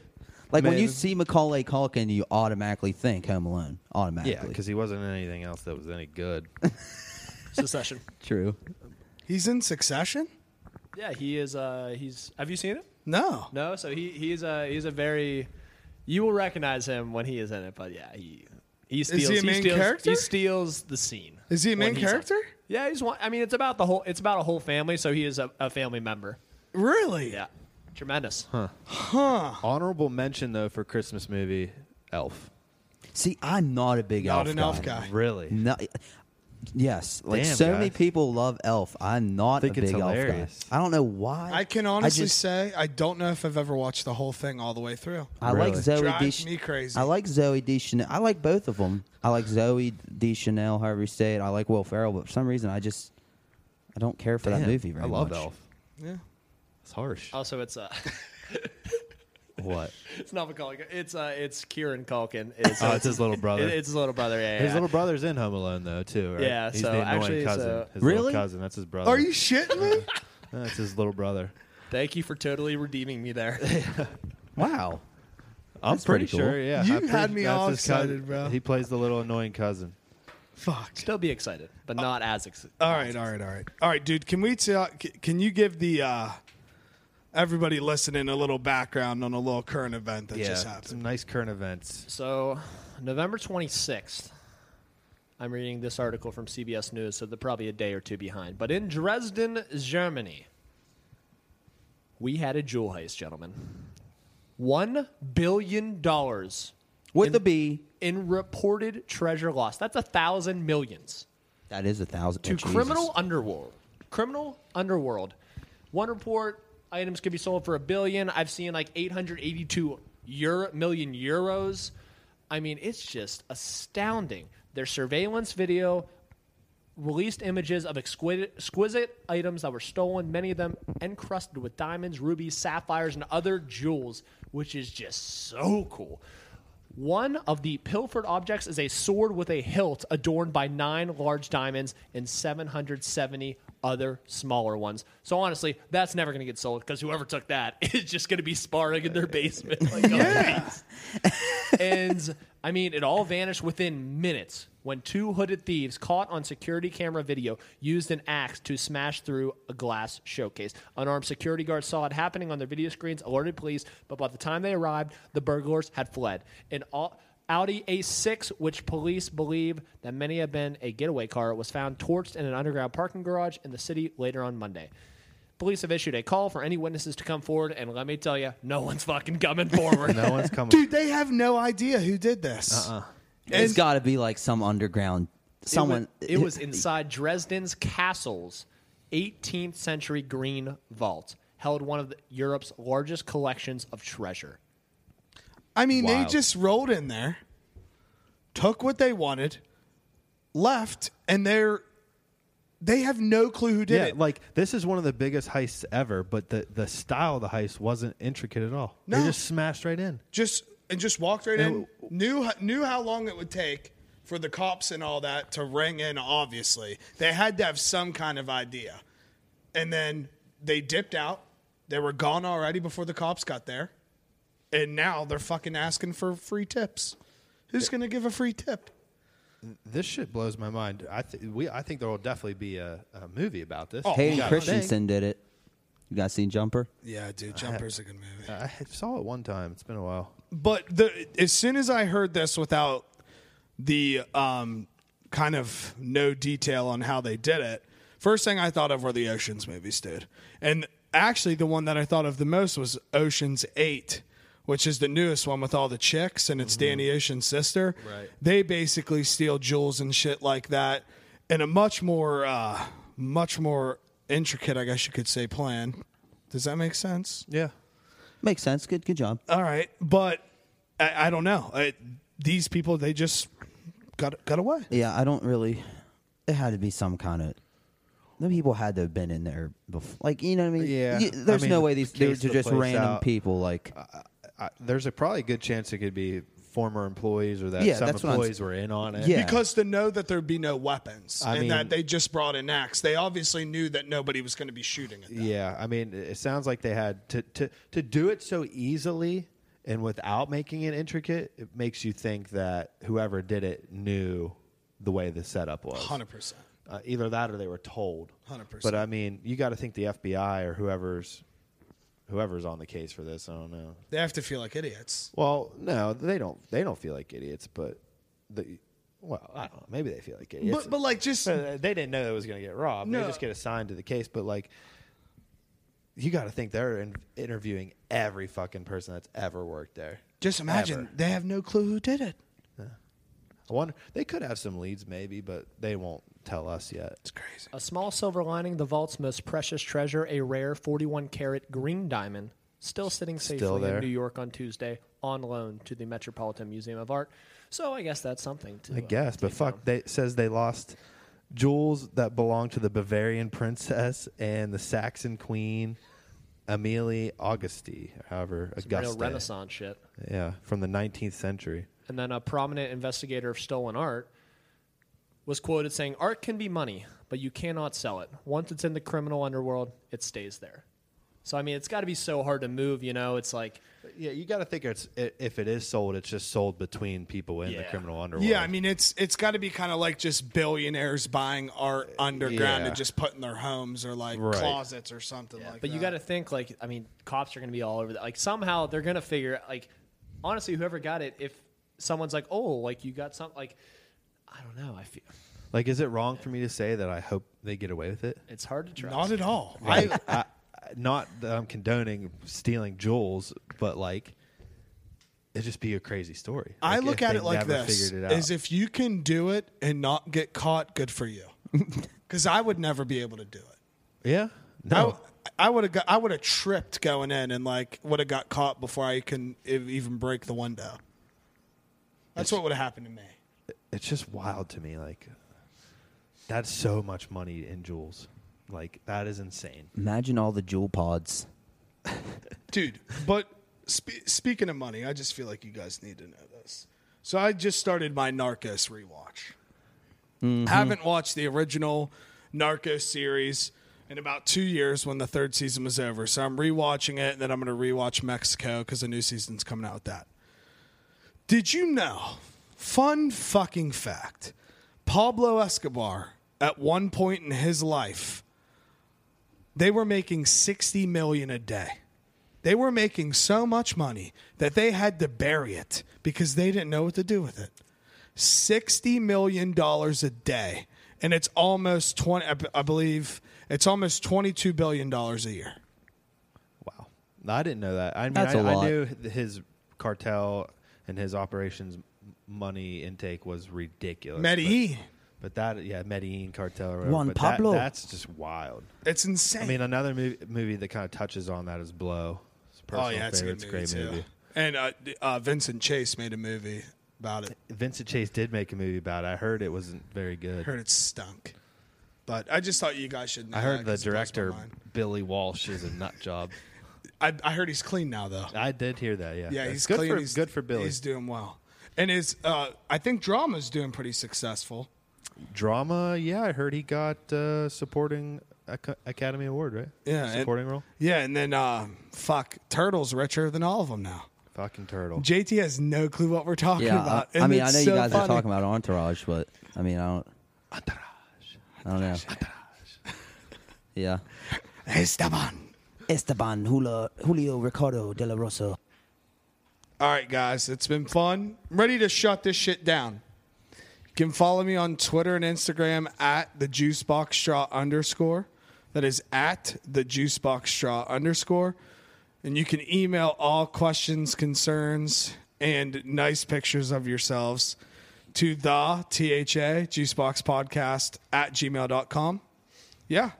S3: Like when you
S4: Maybe.
S3: see Macaulay Culkin, you automatically think Home Alone.
S4: Yeah,
S3: Automatically.
S4: because he wasn't in anything else that was any good.
S1: Secession.
S3: true.
S5: He's in Succession.
S1: Yeah, he is. Uh, he's. Have you seen it?
S5: No.
S1: No. So he he's a he's a very. You will recognize him when he is in it, but yeah, he he steals.
S5: he a main
S1: steals,
S5: character?
S1: He steals the scene.
S5: Is he a
S1: when
S5: main
S1: he's on.
S5: character?
S1: Yeah, he's one. I mean, it's about the whole. It's about a whole family, so he is a, a family member.
S5: Really?
S1: Yeah, tremendous.
S4: Honorable mention though for Christmas movie, Elf.
S3: See, I'm not a big elf
S5: Not an
S3: guy.
S5: elf guy.
S4: Really?
S3: No, Yes, like
S4: Damn,
S3: so many
S4: guys.
S3: people love Elf. I'm not
S4: Think
S3: a
S4: it's
S3: big Elf guy.
S4: hilarious.
S3: I don't know why.
S5: I can honestly
S3: just-
S5: say I don't know if I've ever watched the whole thing all the way through.
S3: I like
S4: Really?
S3: Zoe
S5: Drives
S3: Desch-
S5: me crazy.
S3: I like Zoe Deschanel. I like both of them. I like Zoe Deschanel, however you say it. I like Will Ferrell, but for some reason I just I don't care for that
S4: Damn,
S3: movie very
S4: I love
S3: much.
S4: Elf.
S5: Yeah.
S4: It's harsh.
S1: Also, it's uh,
S4: What?
S1: it's not Macaulay. It's uh, it's Kieran Culkin. It's, uh,
S4: Oh, it's his little brother.
S1: It- it's his little brother. Yeah,
S4: His
S1: yeah.
S4: little brother's in Home Alone though too. Right?
S1: Yeah,
S4: He's
S1: so
S4: the annoying
S1: actually,
S4: cousin.
S1: so-
S4: his little
S3: Really?
S4: cousin. That's his brother.
S5: Are you shitting me?
S4: That's his little brother.
S1: Thank you for totally redeeming me there.
S3: Wow.
S4: I'm
S3: That's
S4: pretty,
S3: pretty cool.
S4: sure. Yeah,
S5: You
S4: I'm pretty
S5: had
S4: sure
S5: me
S4: that's
S5: all
S4: his cousin.
S5: excited, bro.
S4: He plays the little annoying cousin.
S5: Fuck.
S1: Still be excited, but
S4: Oh.
S1: not as excited.
S5: All right, all right, all right, all right, dude. Can we tell? c- Can you give the uh, everybody listening a little background on a little current event that just
S4: some
S5: happened?
S4: nice current events.
S1: So, November 26th, I'm reading this article from CBS News, so they're probably a day or two behind. But in Dresden, Germany, we had a jewel heist, gentlemen. $1 billion
S3: With the B,
S1: in reported treasure loss. That's a thousand millions
S3: that is a thousand.
S1: to
S3: oh, Jesus.
S1: criminal underworld. Criminal underworld. One report items could be sold for a billion. I've seen like 882 euro, million euros. I mean, it's just astounding. Their surveillance video released images of exquisite, exquisite items that were stolen, many of them encrusted with diamonds, rubies, sapphires, and other jewels, which is just so cool. One of the pilfered objects is a sword with a hilt adorned by nine large diamonds and 770 other smaller ones. So honestly, that's never going to get sold because whoever took that is just going to be sparring in their basement. Like, oh, yeah. and I mean, it all vanished within minutes when two hooded thieves caught on security camera video used an axe to smash through a glass showcase. Unarmed security guards saw it happening on their video screens, alerted police, but by the time they arrived, the burglars had fled. An au- Audi A6, which police believe that many have been a getaway car, was found torched in an underground parking garage in the city later on Monday. Police have issued a call for any witnesses to come forward, and let me tell you, no one's fucking coming forward.
S4: No one's coming.
S5: Dude, they have no idea who did this. Uh-uh.
S3: It's got to be like some underground someone.
S1: It was, it was inside Dresden's castle's 18th century green vault, held one of the, Europe's largest collections of treasure.
S5: I mean,
S3: Wild.
S5: they just rolled in there, took what they wanted, left, and they're they have no clue who did
S4: yeah,
S5: it.
S4: like this is one of the biggest heists ever, but the the style of the heist wasn't intricate at all.
S5: No.
S4: They just smashed right in.
S5: just and just walked right in.
S4: And-
S5: Knew ho- knew how long it would take for the cops and all that to ring in. Obviously, they had to have some kind of idea, and then they dipped out. They were gone already before the cops got there, and now they're fucking asking for free tips. Who's gonna give a free tip?
S4: This shit blows my mind. I th- we I think there will definitely be a, a movie about this.
S3: Oh, Hayden
S4: You gotta
S3: Christensen did it. You guys seen Jumper?
S5: Yeah, dude, Jumper's a good movie.
S4: think. I saw it one time. It's been a while.
S5: But the as soon as I heard this without the um, kind of no detail on how they did it, first thing I thought of were the Oceans movies, dude. And actually, the one that I thought of the most was Oceans Eight, which is the newest one with all the chicks, and it's Danny Ocean's sister.
S4: Right.
S5: They basically steal jewels and shit like that in a much more, uh, much more intricate, I guess you could say, plan. Does that make sense?
S4: Yeah.
S3: Makes sense. Good, good job.
S5: All right, but I, I don't know. I, these people, they just got got away.
S3: Yeah, I don't really. It had to be some kind of. The people had to have been in there before, like you know what I mean.
S4: Yeah,
S3: You-
S4: I
S3: there's
S4: mean,
S3: no way these they were
S4: case the
S3: just
S4: place
S3: random
S4: out.
S3: people. Like
S4: I, there's a probably a good chance it could be former employees or that
S3: Yeah,
S4: some
S3: that's what I'm
S4: employees
S3: s-
S4: were in on it.
S3: Yeah.
S5: Because to know that there'd be no weapons
S4: I
S5: and
S4: mean-
S5: that they just brought in axe, they obviously knew that nobody was going to be shooting at them.
S4: Yeah, I mean, it it sounds like they had to to to do it so easily and without making it intricate. It makes you think that whoever did it knew the way the setup was.
S5: Hundred percent.
S4: Uh, either that or they were told.
S5: 100%.
S4: But I mean, you got to think the FBI or whoever's whoever's on the case for this. I don't know.
S5: They have to feel like idiots.
S4: Well, no, they don't. They don't feel like idiots, but the well, I don't know. Maybe they feel like idiots.
S5: But but like just
S4: Uh, they didn't know that it was going to get robbed.
S5: No.
S4: They just get assigned to the case. But like, you got to think they're in- interviewing every fucking person that's ever worked there.
S5: just imagine
S4: Ever.
S5: they have no clue who did it.
S4: I wonder they could have some leads maybe, but they won't tell us yet.
S5: It's crazy.
S1: A small silver lining, the vault's most precious treasure, a rare 41 karat green diamond, still sitting safely
S4: there.
S1: in New York on Tuesday on loan to the Metropolitan Museum of Art. So I guess that's something to
S4: I guess,
S1: uh,
S4: but
S1: take
S4: fuck,
S1: down.
S4: they it says they lost jewels that belonged to the Bavarian princess and the Saxon queen Amelie Auguste, however
S1: Real
S4: Augusta.
S1: Renaissance shit.
S4: Yeah, from the 19th century.
S1: And then a prominent investigator of stolen art was quoted saying, Art can be money, but you cannot sell it. Once it's in the criminal underworld, it stays there. So, I mean, it's got to be so hard to move, you know? It's like,
S4: Yeah, you got to think it's i- if it is sold, it's just sold between people in the
S1: Yeah.
S4: criminal underworld.
S5: Yeah, I mean it's it's got to be kind of like just billionaires buying art underground
S4: Uh, Yeah.
S5: and just putting their homes or like
S4: Right.
S5: closets or something
S1: But
S5: like that.
S1: you got to think like I mean, cops are going to be all over that. Like somehow they're going to figure like honestly, whoever got it, if someone's like, oh, like you got something like I don't know, I feel
S4: like, is it wrong for me to say that I hope they get away with it?
S1: it's hard to trust.
S5: not at all.
S4: I, I not that I'm condoning stealing jewels, but like it'd just be a crazy story.
S5: I
S4: Like,
S5: look
S4: if
S5: at
S4: they
S5: it like
S4: never
S5: this:
S4: figured it out.
S5: is if you can do it and not get caught, good for you. Because I would never be able to do it.
S4: yeah, no,
S5: I, would have got. I would have tripped going in and like would have got caught before I can ev- even break the window. That's what would have happened to me.
S4: it's just wild to me. Like that's so much money in jewels. Like that is insane.
S3: Imagine all the jewel pods.
S5: dude. But spe- speaking of money, I just feel like you guys need to know this. So I just started my Narcos rewatch. Haven't watched the original Narcos series in about two years when the third season was over. So I'm rewatching it, and then I'm going to rewatch Mexico because the new season's coming out with that. Did you know? Fun fucking fact. Pablo Escobar, at one point in his life, they were making 60 million a day. They were making so much money that they had to bury it because they didn't know what to do with it. 60 million dollars a day and it's almost 20 I b- I believe it's almost 22 billion dollars a year.
S4: Wow, I didn't know that. I mean,
S3: That's
S4: I,
S3: a lot.
S4: I knew his cartel and his operations money intake was ridiculous. but-
S5: Medellin.
S4: But that, yeah, Medellin cartel. Or whatever,
S3: Juan
S4: but that-
S3: Pablo.
S4: that's just wild.
S5: It's insane.
S4: I mean, another movie, movie that kind of touches on that is Blow. It's a
S5: oh,
S4: personal favorite. It's Oh, a great movie.
S5: And uh, d- uh, Vincent Chase made a movie about it.
S4: Vincent Chase did make a movie about it. I heard it wasn't very
S5: I
S4: good.
S5: heard it stunk. But I just thought you guys should know
S4: I
S5: that
S4: heard
S5: 'cause
S4: the
S5: it blows my
S4: director
S5: mind.
S4: Billy Walsh is a nut job.
S5: I, I heard he's clean now though.
S4: I did hear that. Yeah,
S5: Yeah,
S4: That's
S5: he's
S4: good
S5: clean.
S4: for
S5: he's,
S4: good for Billy.
S5: He's doing well, and his uh, I think drama's doing pretty successful.
S4: Drama. Yeah, I heard he got uh, supporting Ac- Academy Award. Right.
S5: Yeah, and-
S4: supporting role.
S5: Yeah, and then uh, fuck, Turtle's richer than all of them now.
S4: Fucking turtle.
S5: JT has no clue what we're talking
S3: Yeah,
S5: about.
S3: I, I
S5: and
S3: mean, I know
S5: it's
S3: you
S5: so
S3: guys
S5: funny.
S3: are talking about Entourage, but I mean, I don't. Entourage. I don't know. Yeah.
S5: Esteban.
S3: Esteban Hula, Julio Ricardo de la Rosa.
S5: All right, guys, it's been fun. I'm ready to shut this shit down. You can follow me on Twitter and Instagram at the juicebox straw underscore. That is at the juicebox straw underscore. And you can email all questions, concerns, and nice pictures of yourselves to the THA juiceboxpodcast at gmail.com. Yeah.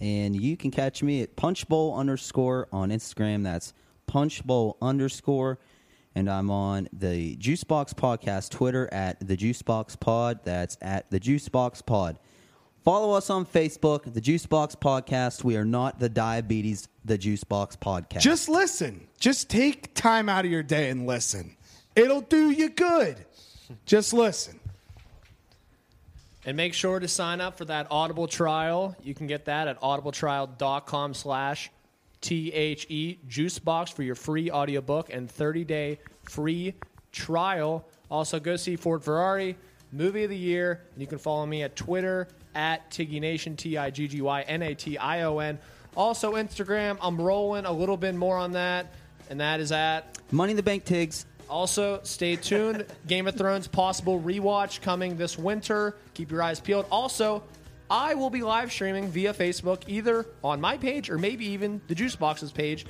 S3: And you can catch me at punchbowl underscore on Instagram. That's punchbowl underscore. And I'm on the Juicebox Podcast Twitter at the Juicebox Pod. That's at the Juicebox Pod. Follow us on Facebook, the Juicebox Podcast. We are not the Diabetes, the Juicebox Podcast.
S5: Just listen. Just take time out of your day and listen. It'll do you good. Just listen.
S1: And make sure to sign up for that Audible trial. You can get that at audibletrial.com slash T-H-E Juicebox for your free audiobook and 30-day free trial. Also, go see Ford Ferrari, Movie of the Year. And you can follow me at Twitter, at Tiggy Nation, T-I-G-G-Y-N-A-T-I-O-N. Also, Instagram, I'm rolling a little bit more on that. And that is at
S3: Money in the Bank Tigs.
S1: also, stay tuned. Game of Thrones possible rewatch coming this winter. Keep your eyes peeled. Also, I will be live streaming via Facebook, either on my page or maybe even the Juice Boxes page,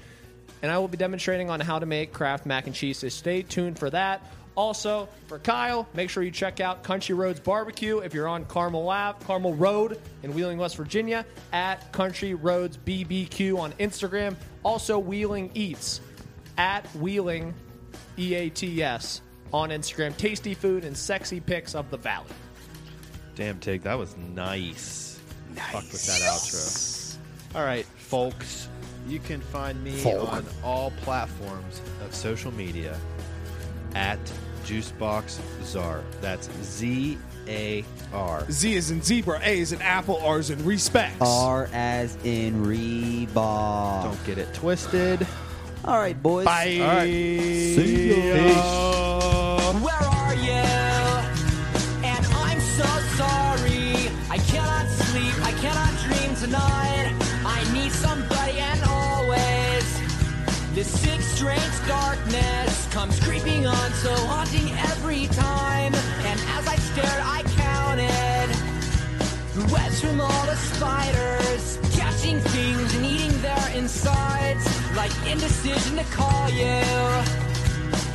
S1: and I will be demonstrating on how to make Kraft mac and cheese. So stay tuned for that. Also, for Kyle, make sure you check out Country Roads Barbecue if you're on Carmel Ave, Carmel Road in Wheeling, West Virginia, at Country Roads BBQ on Instagram. Also, Wheeling Eats at Wheeling E EATS on Instagram. Tasty food and sexy pics of the valley.
S4: Damn, Tig, that was nice. Fuck with that outro. All right, folks, you can find me on all platforms of social media at JuiceboxZar. That's Z A R.
S5: Z is in zebra, A is in apple, R is in respects.
S3: R as in Reebok.
S4: Don't get it twisted.
S3: All right, boys.
S4: All right. Peace.
S2: Where are you? And I'm so sorry. I cannot sleep. I cannot dream tonight. I need somebody and always. This sick, strange darkness comes creeping on, so haunting every time. And as I stared, I counted the webs from all the spiders, catching things and eating their insides, like indecision to call you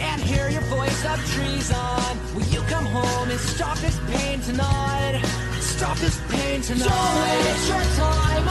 S2: and hear your voice of treason. Will you come home and stop this pain tonight? Stop this pain tonight. It's only a short time